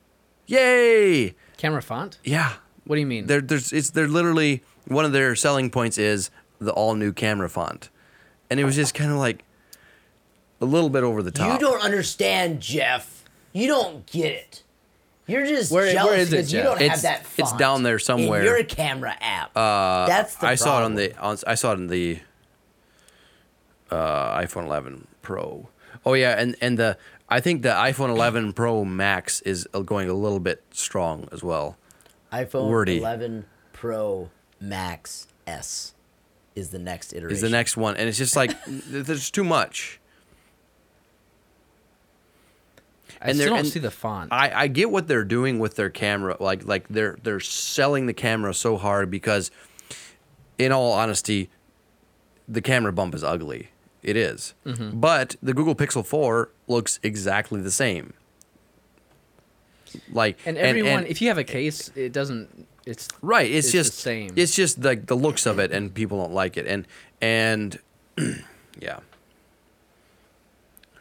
Yay.
camera font?
Yeah.
What do you mean?
There, there's, it's, they're literally one of their selling points is the all new camera font, and it was just kind of like a little bit over the top.
You don't understand, Jeff. You don't get it. You're just
Where-
jealous
where is it,
because you
Jeff?
don't
It's-
have that.
it's
font
down there somewhere.
In your camera app. Uh, That's the.
I saw it on
problem.
the on, I saw it on the uh, iPhone 11 Pro. Oh yeah, and and the I think the iPhone 11 Pro Max is going a little bit strong as well.
iPhone
wordy.
11 Pro Max S is the next iteration.
Is the next one, and it's just like th- there's too much.
I
And
still
they're-
don't
and
see the font.
I, I get what they're doing with their camera. Like like they're they're selling the camera so hard because, in all honesty, the camera bump is ugly. It is.
Mm-hmm.
But the Google Pixel Four looks exactly the same. Like
and everyone,
and-
if you have a case, it doesn't. It's
right it's,
it's the
just
same.
It's just like the looks of it, and people don't like it. And and yeah,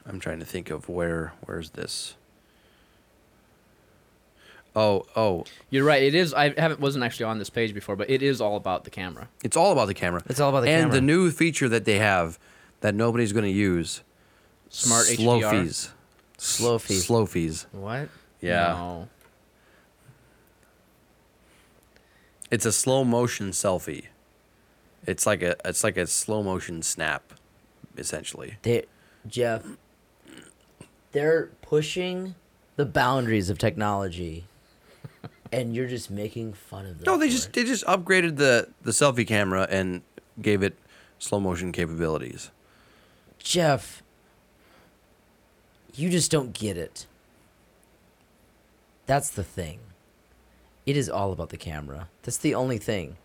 I'm trying to think of where where's this. Oh oh,
You're right. It is. I haven't wasn't actually on this page before, but it is all about the camera.
It's all about the camera.
It's all about the
and
camera.
the new feature that they have that nobody's going to use.
Smart
slow
HDR.
fees.
Slow fee.
Slow fees.
What?
Yeah.
No.
It's a slow motion selfie. It's like a it's like a slow motion snap, essentially.
They, Jeff, they're pushing the boundaries of technology, and you're just making fun of them.
No, they
for
just
it.
they just upgraded the the selfie camera and gave it slow motion capabilities.
Jeff. You just don't get it. That's the thing. It is all about the camera. That's the only thing.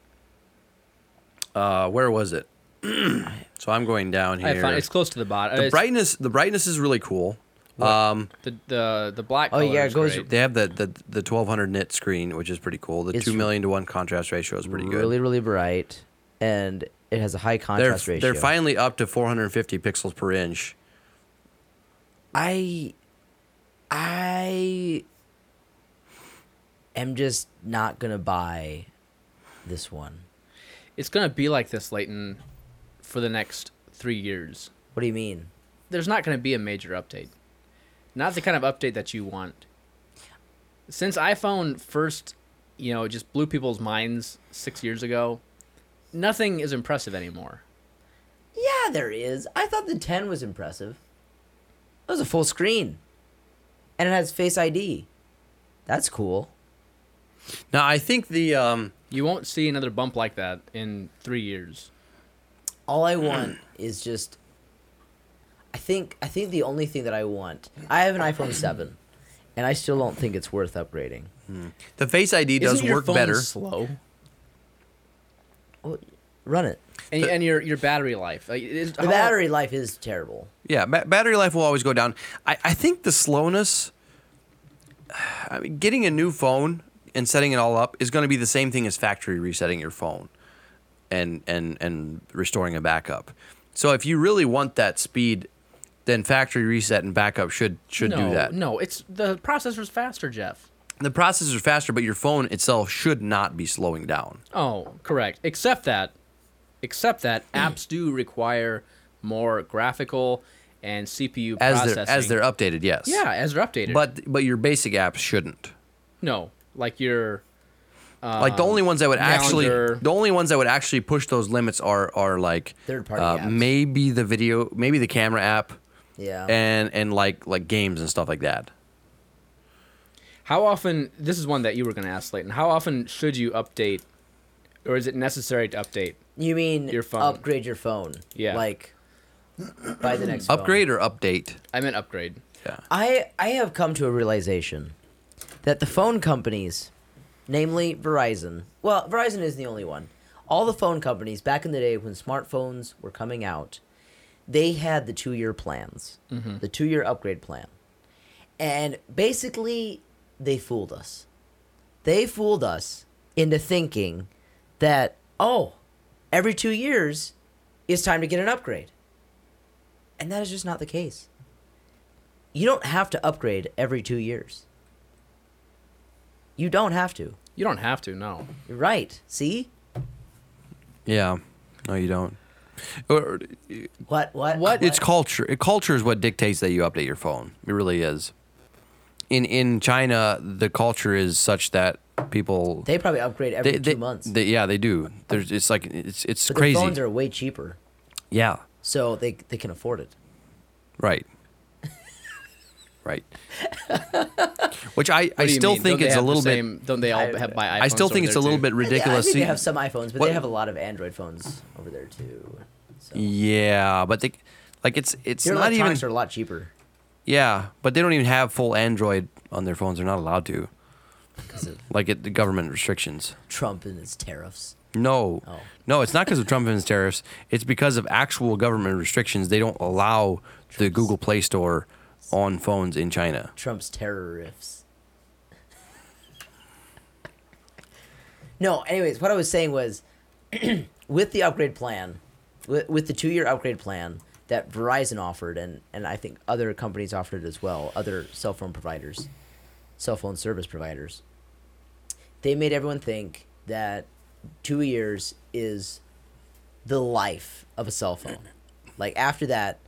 Uh, where was it? so I'm going down here.
I found it's close to the bottom.
the
It's-
brightness the brightness is really cool. Um,
The the the black.
Oh,
color
yeah, it
is
goes-
great.
They have the the, the twelve hundred nit screen, which is pretty cool. The
It's
two million to one contrast ratio is pretty good.
Really, really bright, and it has a high
they're
contrast ratio.
they're finally up to four hundred and fifty pixels per inch.
I I am just not gonna buy this one.
It's gonna be like this, Leighton, for the next three years.
What do you mean?
There's not gonna be a major update. Not the kind of update that you want. Since iPhone first, you know, just blew people's minds six years ago, nothing is impressive anymore.
Yeah, there is. I thought the 10 was impressive. It was a full screen, and it has Face ID. That's cool.
Now I think the um,
You won't see another bump like that in three years.
All I want is just. I think I think the only thing that I want. I have an iPhone 7, and I still don't think it's worth upgrading.
the Face ID does
Isn't your
work
phone
better.
Slow.
Well, run it.
And, and your your battery life. Like, it is-
The
how-
battery life is terrible.
Yeah, ba- battery life will always go down. I, I think the slowness. I mean, getting a new phone and setting it all up is going to be the same thing as factory resetting your phone, and and and restoring a backup. So if you really want that speed, then factory reset and backup should should
oh, no,
do that.
No, it's the processor's faster, Jeff.
The processor's faster, but your phone itself should not be slowing down.
Oh, correct. Except that, except that apps do require more graphical and CPU
as
processing.
they're as they're updated. Yes.
yeah, as they're updated.
But but your basic apps shouldn't.
no, like your
like the only
Um,
ones that would actually
Calendar.
the only ones that would actually push those limits are are like uh,
Third-party apps. Oh.
maybe the video, maybe the camera app,
Yeah.
and and like like games and stuff like that.
how often. This is one that you were going to ask, Leighton. How often should you update, or is it necessary to update?
you mean
your phone.
upgrade your phone?
Yeah.
Like by the next phone.
Upgrade or update.
I meant upgrade.
I I have come to a realization that the phone companies, namely Verizon, well, Verizon is the only one. All the phone companies back in the day when smartphones were coming out, they had the two-year plans, the two-year upgrade plan, and basically they fooled us. They fooled us into thinking that oh, every two years, it's time to get an upgrade, and that is just not the case you don't have to upgrade every two years. You don't have to.
You don't have to. No.
You're right. See?
Yeah. No, you don't. Or-
What? What?
What?
It's culture. Culture is what dictates that you update your phone. It really is. In in China, the culture is such that people
They probably upgrade every two months.
they- yeah, they do. There's it's like it's it's
but
crazy.
their phones are way cheaper,
yeah.
so they they can afford it.
Right. right. Which I, I
What do you
still
mean? don't
think
they
it's a
have the
little bit.
same- Don't they all have buy iPhones
I still think
over
it's a
there,
little
too?
bit
Yeah, I
ridiculous.
think they
see-
have some iPhones, but
What-
they have a lot of Android phones over there too. So
Yeah, but they, like it's it's
their
not even.
electronics are a lot cheaper
Yeah, but they don't even have full Android on their phones. They're not allowed to.
because of
Like it, the government restrictions.
Trump and his tariffs.
No.
Oh.
No, it's not because of Trump and his tariffs. It's because of actual government restrictions. They don't allow the Google Play Store on phones in China.
Trump's terror riffs. no, anyways, what I was saying was with the upgrade plan, with, with the two year upgrade plan that Verizon offered, and, and I think other companies offered it as well, other cell phone providers, cell phone service providers, they made everyone think that two years is the life of a cell phone. Like, after that,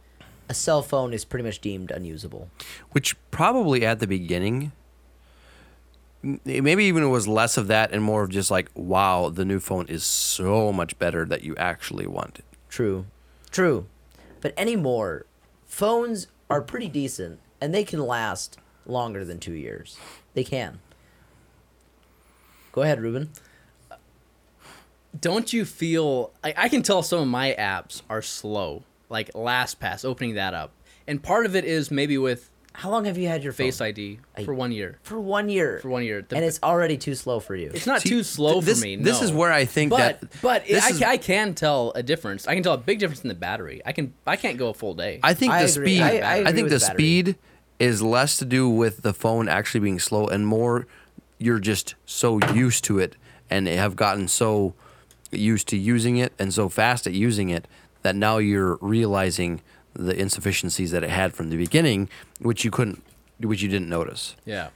a cell phone is pretty much deemed unusable.
which probably at the beginning m- maybe even it was less of that and more of just like wow the new phone is so much better that you actually want it
True. True. But anymore, phones are pretty decent and they can last longer than two years. They can. Go ahead, Ruben.
Don't you feel? I, I can tell some of my apps are slow. Like LastPass, opening that up, and part of it is maybe with
How long have you had your
Face
Oh.
phone?
ID for one year.
For one year.
For one year. The-
and it's already too slow for you.
It's not
See,
too slow
th- this-
for me.
this
no.
is where I think
but,
that-
But it-
this
I,
is-
ca- I can tell a difference. I can tell a big difference in the battery. I can. I can't go a full day.
i think
I
the
agree.
speed
I-
i,
I agree
think
with
the
battery.
speed is less to do with the phone actually being slow and more you're just so used to it and have gotten so used to using it and so fast at using it that now you're realizing the insufficiencies that it had from the beginning which you couldn't which you didn't notice
Yeah.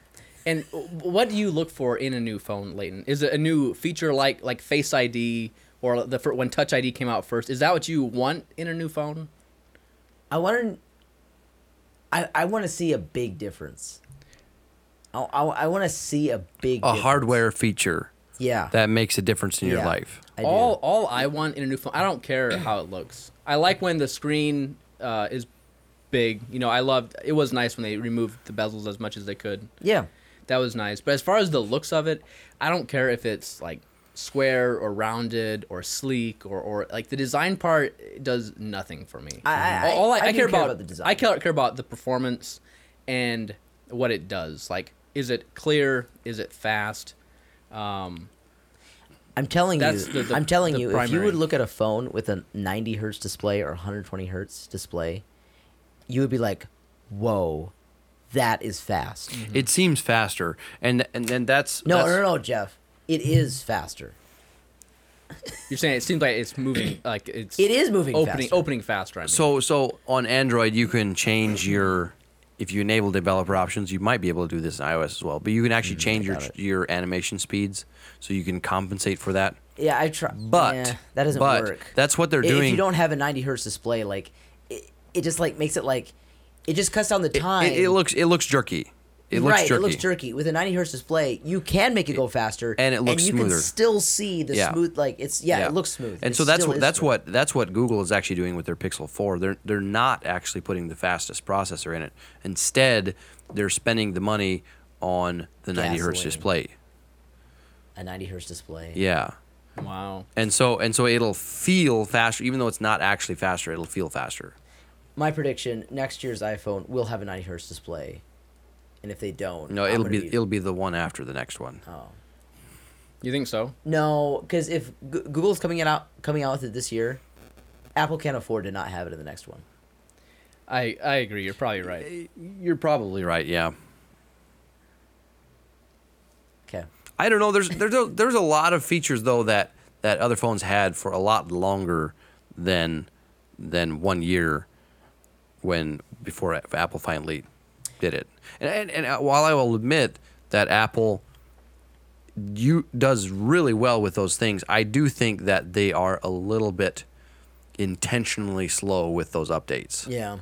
And w- what do you look for in a new phone, Leighton? Is it a new feature like like Face ID or the fir- when Touch ID came out first? Is that what you want in a new phone?
I want to. I, I want to see a big difference. I, I, want to see a big
a
difference.
hardware feature
Yeah.
that makes a difference in your
Yeah.
life.
I do.
all all I want in a new phone. I don't care how it looks. I like when the screen uh, is big. You know, I loved. It was nice when they removed the bezels as much as they could.
Yeah.
That was nice. But as far as the looks of it, I don't care if it's like square or rounded or sleek or, or like the design part does nothing for me.
Mm-hmm.
I- I-
all I,
I
I,
do
care, about,
about the design.
I care, care about the performance and what it does. Like, is it clear? Is it fast? Um,
I'm telling
That's
you,
the- the-
I'm telling
the
you, if you
primary.
would look at a phone with a 90 hertz display or 120 hertz display, you would be like, "Whoa, that is fast."
It seems faster, and and then that's
No,
that's,
no, no, Jeff, it is faster.
You're saying it seems like it's moving like it's
It is moving
opening
faster.
opening faster. I mean.
So so on Android, you can change your if you enable developer options, you might be able to do this in iOS as well. But you can
Mm,
actually change your your animation speeds, so you can compensate for that.
Yeah, I try,
But
that doesn't
but
work.
That's what they're
I-
doing.
If you don't have a 90 hertz display, like it, it just like makes it like it just cuts down the time.
it, it looks it looks jerky. It looks
right,
jerky.
it looks jerky. With a 90 hertz display, you can make it go faster,
and it looks
and you
smoother.
can still see the
Yeah.
smooth. Like it's yeah,
Yeah.
it looks smooth.
And
It
so that's
still
what
is
that's
smooth.
what that's what Google is actually doing with their Pixel 4. They're they're not actually putting the fastest processor in it. Instead, they're spending the money on the 90 hertz
Gasoline.
display.
a 90 hertz display.
Yeah.
wow.
And so and so it'll feel faster even though it's not actually faster, it'll feel faster.
My prediction: next year's iPhone will have a 90 hertz display, and if they don't,
No,
I'm
it'll
gonna Oh.
be it'll be the one after the next one.
You think so?
no, because if G- Google's coming it out coming out with it this year, Apple can't afford to not have it in the next one.
I I agree. You're probably
Eh,
right.
You're probably right, yeah.
Okay,
I don't know. There's there's a, there's a lot of features though that that other phones had for a lot longer than than one year when before A- Apple finally did it. And and, and uh, while I will admit that Apple you does really well with those things. I do think that they are a little bit intentionally slow with those updates.
Yeah.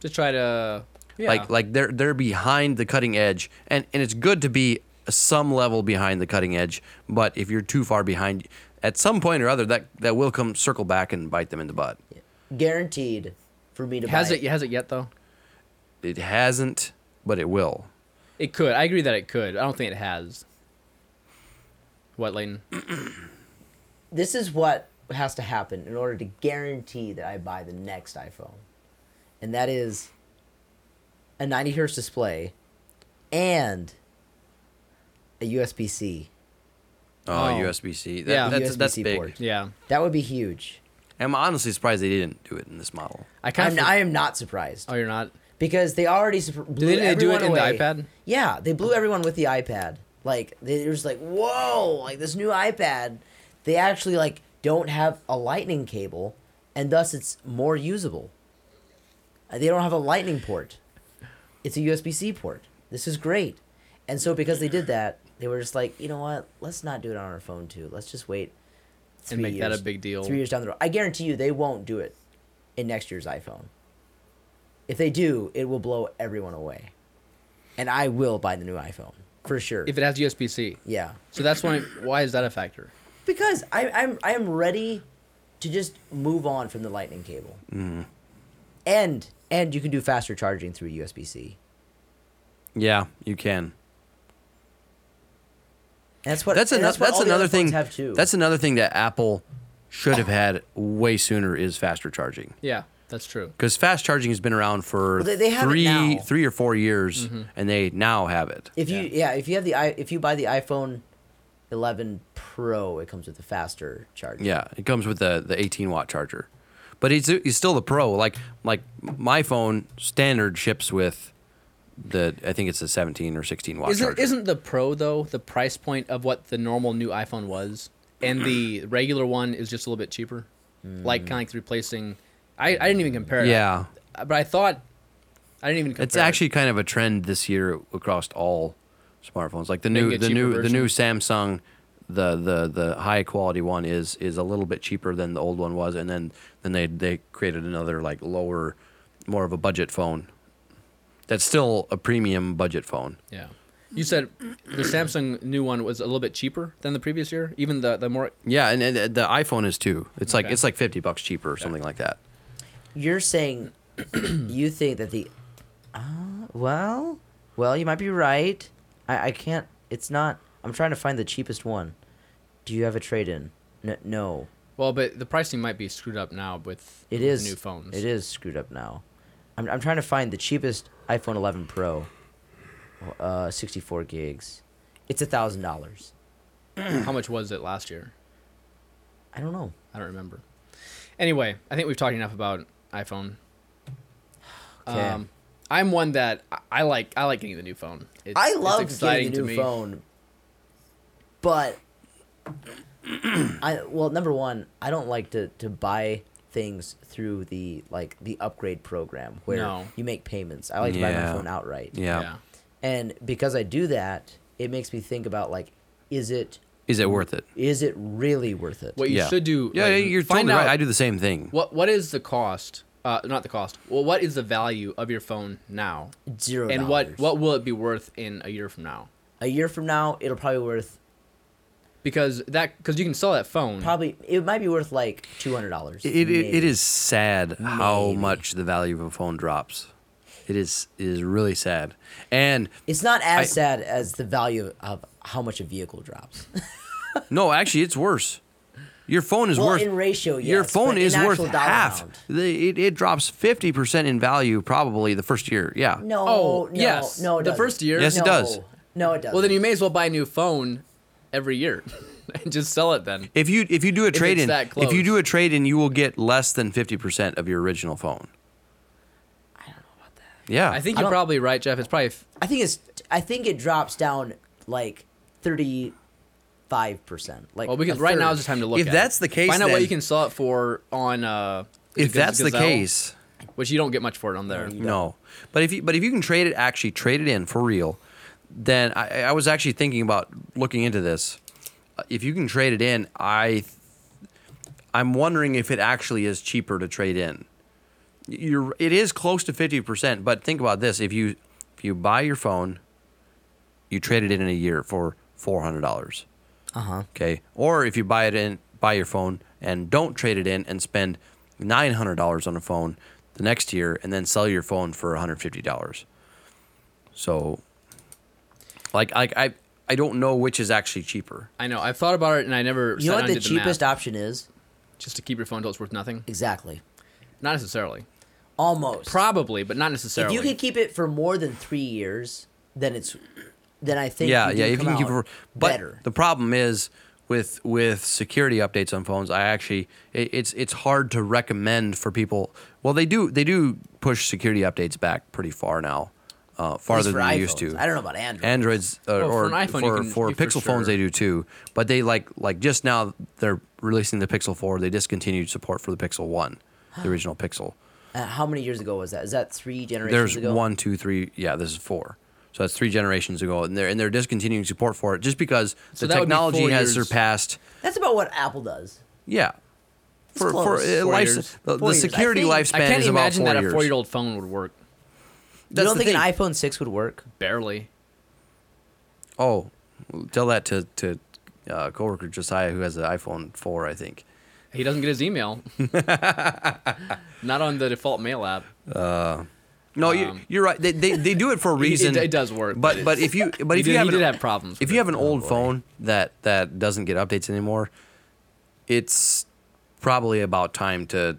to try to yeah.
Like like they're they're behind the cutting edge, and and it's good to be some level behind the cutting edge. But if you're too far behind, at some point or other, that that will come circle back and bite them in the butt.
Guaranteed for me to
has
buy
it has it yet though?
It hasn't, but it will.
It could. I agree that it could. I don't think it has. What, Layton?
This is what has to happen in order to guarantee that I buy the next iPhone. And that is a 90 hertz display and a USB C.
Oh,
Oh.
USB C.
Yeah.
that's that's
USB
big.
port.
Yeah.
That would be huge.
I'm honestly surprised they didn't do it in this model.
I kind
I'm,
of.
I am not surprised
oh, you're not.
because they already sur- blew
Didn't they do it
everyone
in the
away.
iPad?
Yeah, they blew everyone with the iPad. Like they were just like, whoa! Like this new iPad, they actually like don't have a lightning cable, and thus it's more usable. Uh, They don't have a lightning port; it's a USB C port. This is great, and so because they did that, they were just like, you know what? Let's not do it on our phone too. Let's just wait
And
three
make that a
years-
big deal.
Three years down the road, I guarantee you they won't do it in next year's iPhone. If they do, it will blow everyone away, and I will buy the new iPhone for sure.
If it has USB C.
yeah,
So that's why. Why is that a factor?
because I, I'm I am ready to just move on from the Lightning cable,
Mm.
and and you can do faster charging through USB C.
Yeah, you can.
That's what.
That's
and
another. That's,
what all the
another
other
thing.
phones Have too.
That's another thing that Apple should have had way sooner is faster charging.
Yeah, that's true.
Because fast charging has been around for
Well, they- they have it
three,
now. Mm-hmm.
three or four years, and they now have it.
If you yeah. if you have the i if you buy the iPhone 11 Pro, it comes with a faster charge.
Yeah, it comes with the the 18 watt charger, but it's it's still the Pro. Like like my phone standard ships with the I think it's a 17 or 16 watt
Isn't
charger.
isn't the Pro though the price point of what the normal new iPhone was, and the regular one is just a little bit cheaper, like kind of like replacing. I, I didn't even compare. it.
Mm. yeah,
Uh, but I thought I didn't even. Compare
it's
it.
actually kind of a trend this year across all smartphones. Like the
get
new the
cheaper
new the
version.
new Samsung, the the the high quality one is is a little bit cheaper than the old one was, and then then they they created another like lower, more of a budget phone. That's still a premium budget phone.
Yeah. You said the Samsung new one was a little bit cheaper than the previous year, even the the more.
Yeah, and, and the iPhone is too. It's like
Okay.
it's like fifty bucks cheaper or something like that.
You're saying you think that the uh, well, well, you might be right. I I can't. It's not. I'm trying to find the cheapest one. Do you have a trade in? No, no.
Well, but the pricing might be screwed up now with
It
the
is
new phones.
It is screwed up now. I'm I'm trying to find the cheapest iPhone 11 Pro. Uh, 64 gigs. It's a thousand dollars.
How much was it last year?
I don't know.
I don't remember. Anyway, I think we've talked enough about iPhone.
Okay.
Um, I'm one that I- I like. I like getting the new phone. It's,
I
it's
love
exciting
getting a
to me.
new phone, but I well, number one, I don't like to to buy things through the like the upgrade program where
No.
you make payments. I like to buy
Yeah.
my phone outright,
Yeah.
Yeah.
and because I do that, it makes me think about like, is it
Is it worth it?
is it really worth it?
What you
yeah.
should do.
Yeah,
like,
yeah, you're
find
totally
out
right. I do the same thing.
what what is the cost. Uh, not the cost. Well, what is the value of your phone now,
Zero
and what
dollars.
what will it be worth in a year from now?
a year from now it'll probably worth
because that because you can sell that phone.
probably it might be worth like two hundred dollars.
It, it, it is sad how much the value of a phone drops. It is it is really sad, and
It's not as
I-
sad as the value of how much a vehicle drops.
no, actually, it's worse. Your phone is
Well,
worth
in ratio, yes,
your phone
but in
is worth
actual dollar
half.
amount.
The, it, it drops fifty percent in value probably the first year. Yeah.
No,
Oh,
no,
yes.
no. It
The
doesn't.
first year?
Yes, it
No.
does.
No, it does.
Well, then you may as well buy a new phone every year and just sell it then.
If you if you do a trade in,
that
if you
close.
do a trade in, you will get less than fifty percent of your original phone. I don't know about that. Yeah,
I think
I
you're
don't-
probably right, Jeff. It's probably f-
I think it's. I think it drops down like thirty-five percent. Like
well because
a
right
third.
now is the time to look.
If
at
that's
it.
the case,
find out what
then-
you can sell it for on. uh
if
Gaz-
that's the
Gazelle,
case,
which you don't get much for it on there.
no. But if you but if you can trade it, actually trade it in for real, then I, I was actually thinking about looking into this. Uh, If you can trade it in, I th- I'm wondering if it actually is cheaper to trade in. You're it is close to 50%, but think about this, if you if you buy your phone, you trade it in in a year for $400.
Uh-huh.
Okay. Or if you buy it in, buy your phone and don't trade it in and spend nine hundred dollars on a phone the next year, and then sell your phone for one hundred fifty dollars. So, like, I, I I don't know which is actually cheaper.
I know. I've thought about it and I never.
You know what the cheapest
option?
option is?
Just to keep your phone until it's worth nothing.
Exactly.
Not necessarily.
Almost.
Probably, but not
if
necessarily.
you could keep it for more than three years, then it's then I think
yeah,
you
yeah.
do
If you
come
can keep it,
out
for- but
better.
the problem is with with security updates on phones. I actually it, it's it's hard to recommend for people. Well, they do they do push security updates back pretty far now, uh,
At least
farther
for
than they
iPhones.
used to.
I don't know about Android.
Androids uh,
Well,
or
for an iPhone, you
for,
can-
for
you for
Pixel phones
sure.
they do too, but they like like just now they're releasing the Pixel 4. They discontinued support for the Pixel 1, the original Pixel.
Uh, how many years ago was that? Is that three generations
There's
ago?
one, two, three. Yeah, this is four. So that's three generations ago, and they're and they're discontinuing support for it just because
So
the
that would be
technology
four
has
years.
surpassed.
That's about what Apple does.
Yeah, for for
close.
uh,
Four
life,
years.
Four
the, the
years. I
security
think- I
lifespan
I can't
is about
imagine
four
that a
years.
four-year-old phone would work.
That's
you don't
the
think
thing.
an iPhone six would work?
Barely.
Oh, tell that to to uh, coworker Josiah who has an iPhone 4, I think.
He doesn't get his email. Not on the default mail app.
No, you, you're right. They, they, they do it for a reason.
Um, it does work, but
but but if you but
He
if
did-
you have
he
an-
did have problems
if
with
you
it. Oh,
have an old phone that that doesn't get updates anymore, it's probably about time to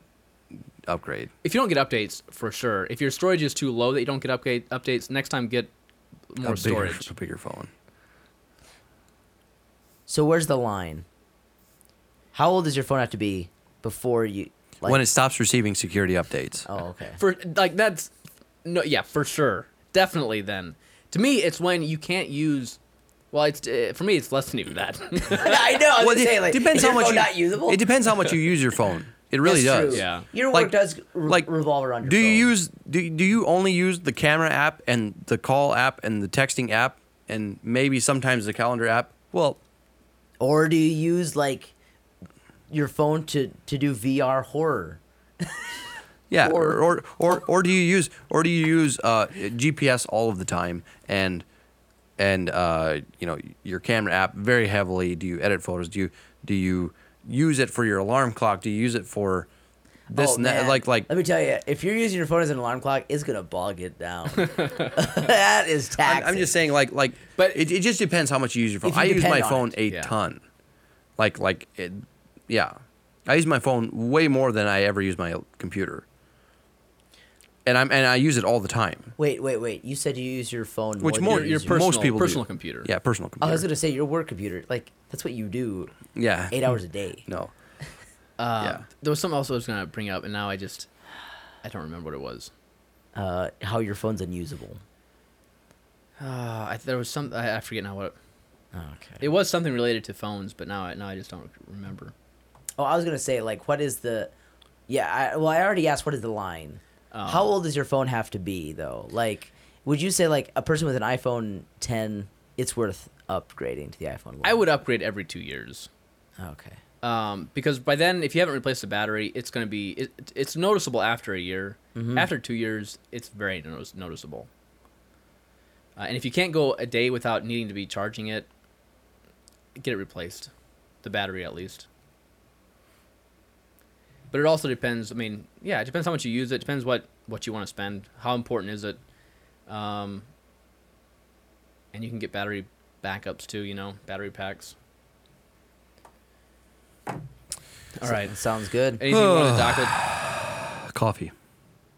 upgrade.
If you don't get updates, for sure. If your storage is too low that you don't get update updates, next time get
A
more
bigger-
storage.
a bigger phone.
So where's the line? How old does your phone have to be before you? Like,
when it stops receiving security updates.
oh okay.
For like that's no, yeah, for sure, definitely. Then to me, it's when you can't use. Well, it's uh, for me, it's less than even that.
I know. I was
Well,
gonna
it
say, like,
depends
is
how
your
much
phone
you,
not usable.
It depends how much you use your phone. It really
That's
does.
true.
Yeah.
Your work
Like-
does re- revolve around your
do
phone.
you use do, do you only use the camera app and the call app and the texting app and maybe sometimes the calendar app well
or do you use like your phone to to do VR horror?
yeah or or or, or do you use or do you use uh, gps all of the time and and uh, you know your camera app very heavily do you edit photos do you do you use it for your alarm clock do you use it for this
Oh,
and that
man.
like like
Let me tell you, if you're using your phone as an alarm clock, it's gonna bog it down. that is
I'm,
taxing.
I'm just saying, like, like,
But-
but it, it just depends how much you use your phone.
If you
I use
depend
my
on
phone
it,
a
yeah.
ton, like, like, it, yeah, I use my phone way more than I ever use my computer, and I'm and I use it all the time.
Wait, wait, wait. You said you use your phone
Which
than
more
you
your
use
personal-
most people do.
personal computer.
Yeah, personal computer.
I was gonna say your work computer. Like that's what you do.
yeah,
Eight hours a day.
No,
Uh,
Yeah.
There was something else I was gonna bring up, and now I just I don't remember what it was.
Uh, how your phone's unusable.
Uh, I, there was some I, I forget now what it,
Okay.
it was. Something related to phones, but now I now I just don't remember.
Oh, I was gonna say like, what is the? Yeah. I, well, I already asked. What is the line?
Oh.
How old does your phone have to be though? Like, would you say like a person with an iPhone 10, it's worth upgrading to the iPhone? 11?
I would upgrade every two years.
Okay.
um, because by then, if you haven't replaced the battery, it's going to be it, it's noticeable after a year. After two years, it's very notice- noticeable. Uh, and if you can't go a day without needing to be charging it, get it replaced, the battery at least. But it also depends. I mean, yeah, it depends how much you use it. Depends what what you want to spend. How important is it? Um, and you can get battery backups too. You know, battery packs. All right.
Sounds good.
Anything you want to dock with?
Uh, coffee.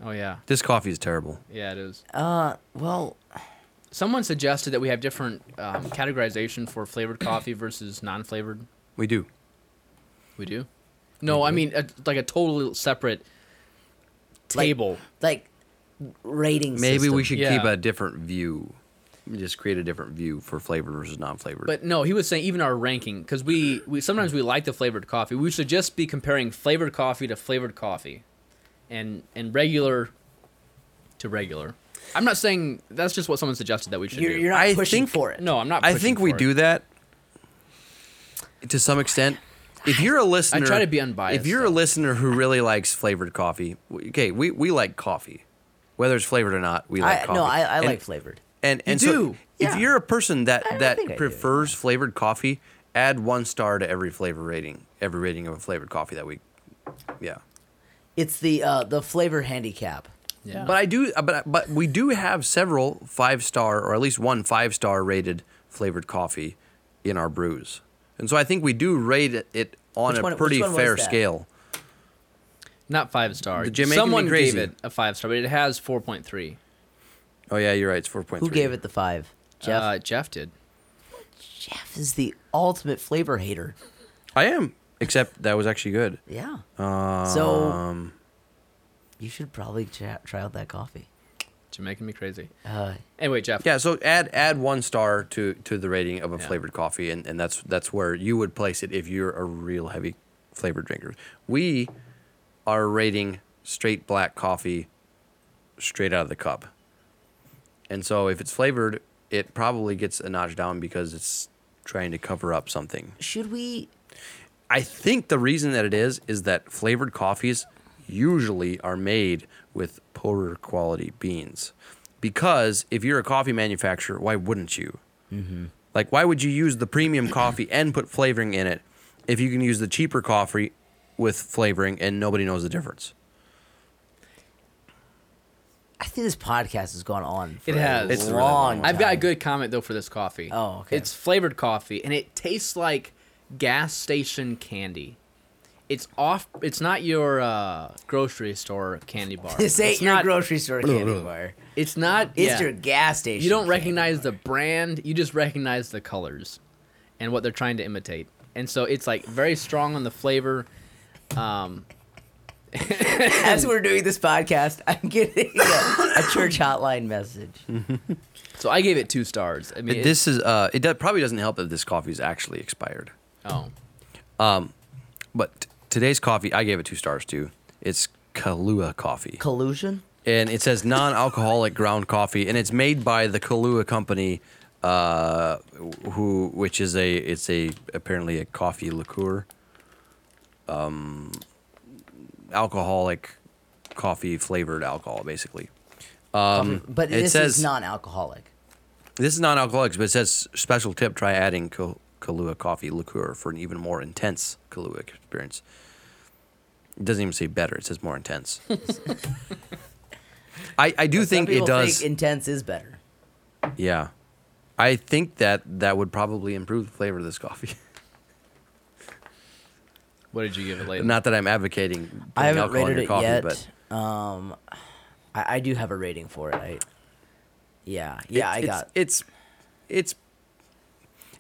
Oh yeah,
This coffee is terrible.
yeah it is.
Uh, well,
Someone suggested that we have different um, categorization for flavored coffee versus non-flavored.
We do.
We do. No, I mean a, like a totally separate
Like-
table.
like rating.
Maybe
system.
we should
Yeah.
keep a different view. Just create a different view for flavored versus non-flavored.
but no, he was saying even our ranking because we, we sometimes we like the flavored coffee. We should just be comparing flavored coffee to flavored coffee, and and regular to regular. I'm not saying that's just what someone suggested that we should
You're,
do.
you're not
I
pushing
think-
for it.
no, I'm not.
I
pushing
think we
for it.
do that to some extent. If you're a listener,
to be unbiased,
If you're a
though.
listener who really likes flavored coffee, w- okay, we, we like coffee, whether it's flavored or not. We like
I,
coffee.
no, I, I
And-
like flavored.
And and
do?
so if
Yeah.
you're a person that
I
that
think I do.
prefers flavored coffee, add one star to every flavor rating, every rating of a flavored coffee that we, yeah.
It's the uh, the flavor handicap.
Yeah.
But I do, uh, but but we do have several five star or at least one five star rated flavored coffee in our brews, and so I think we do rate it, it on
Which
a
one- which
pretty
one was
fair
that?
scale.
Not five star.
The Jamaican
Someone gave
Crazy.
it a five star, but it has four point three.
Oh yeah, you're right. It's four point
Who
three.
gave it the five? Jeff.
Uh, Jeff did.
Jeff is the ultimate flavor hater.
I am, except that was actually good.
Yeah.
Um,
so you should probably try, try out that coffee.
Jamaican me crazy.
Uh,
Anyway, Jeff.
Yeah, so add add one star to to the rating of a flavored coffee, and, and that's that's where you would place it if you're a real heavy flavored drinker. We are rating straight black coffee straight out of the cup, and so if it's flavored, it probably gets a notch down because it's trying to cover up something.
should we?
I think the reason that it is is that flavored coffees usually are made with poorer quality beans. Because if you're a coffee manufacturer, why wouldn't you? Like, why would you use the premium coffee and put flavoring in it if you can use the cheaper coffee with flavoring and nobody knows the difference?
I think this podcast has gone on. For
It has.
A
It's
really
long.
long.
I've got a
time.
good comment though for this coffee.
Oh, okay.
It's flavored coffee, and it tastes like gas station candy. It's off. It's not your uh, grocery store candy bar.
This ain't
it's
your
not,
grocery store candy bar.
It's not.
It's
yeah.
your gas station.
You don't
candy
recognize the
bar.
brand. You just recognize the colors, and what they're trying to imitate. And so it's like very strong on the flavor.
As we're doing this podcast, I'm getting a, a church hotline message.
Hmm.
So I gave it two stars. I mean, it-
This is, uh, it do- probably doesn't help that this coffee is actually expired.
oh,
But t- today's coffee, I gave it two stars too. It's Kahlua coffee.
Collusion?
and it says non-alcoholic ground coffee, and it's made by the Kahlua Company, uh, who which is a it's a apparently a coffee liqueur, um, alcoholic coffee flavored alcohol basically.
But
Hmm. it
this
says-
is non-alcoholic.
This is non-alcoholic, but it says special tip: try adding Kah- Kahlua coffee liqueur for an even more intense Kahlua experience. It doesn't even say better; it says more intense. I, I do
Some
think it
people
does.
Think intense is better.
Yeah. I think that that would probably improve the flavor of this coffee.
what did you give it, Layden?
Not that I'm advocating putting
I haven't
alcohol in
rated
your
it
coffee,
yet.
but
Um, I, I do have a rating for it. I, yeah, yeah, I
it's,
got.
it's it's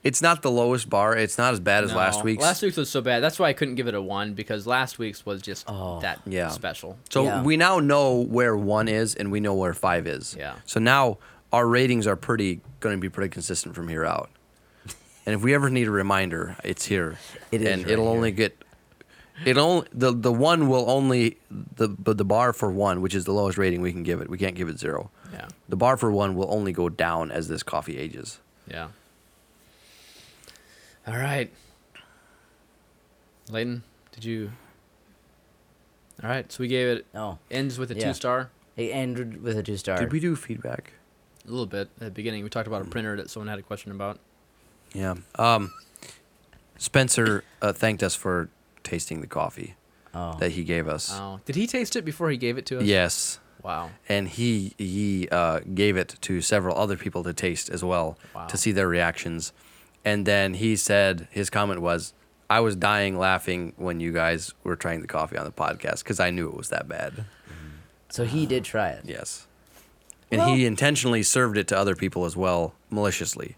it's not the lowest bar. It's not as bad as last
No.
week's.
Last week's was so bad. That's why I couldn't give it a one because last week's was just that
Oh, Yeah.
special.
so
yeah.
we now know where one is and we know where five is.
Yeah.
So now our ratings are pretty going to be pretty consistent from here out. And if we ever need a reminder, it's here.
It is
and
right
it'll
here.
only get it only the the one will only the but the bar for one, which is the lowest rating we can give it. We can't give it zero.
Yeah.
The bar for one will only go down as this coffee ages.
Yeah. All right. Layton, did you? All right. So we gave it.
Oh,
Ends with a
Yeah.
two star.
it ended with a two star.
Did we do feedback?
A little bit at the beginning. We talked about
Mm.
a printer that someone had a question about.
Yeah. Um, Spencer uh, thanked us for tasting the coffee
Oh.
that he gave us.
Oh, did he taste it before he gave it to us?
Yes.
Wow.
and he he uh, gave it to several other people to taste as well
Wow.
to see their reactions and then he said his comment was i was dying laughing when you guys were trying the coffee on the podcast because i knew it was that bad
So he did try it.
yes and he intentionally served it to other people as well maliciously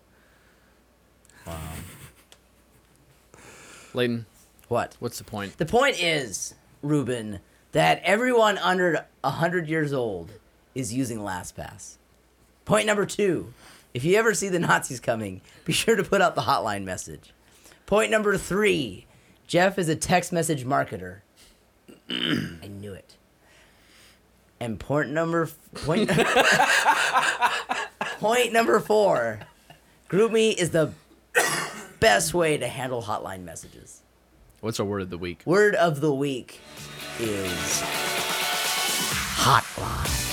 Layton,
What?
what's the point?
The point is, Ruben, that everyone under 100 years old is using LastPass. Point number two if you ever see the Nazis coming, be sure to put out the hotline message. Point number three Jeff is a text message marketer. I knew it. And point number f- point point number four, GroupMe is the best way to handle hotline messages.
What's our word of the week?
Word of the week is hotline.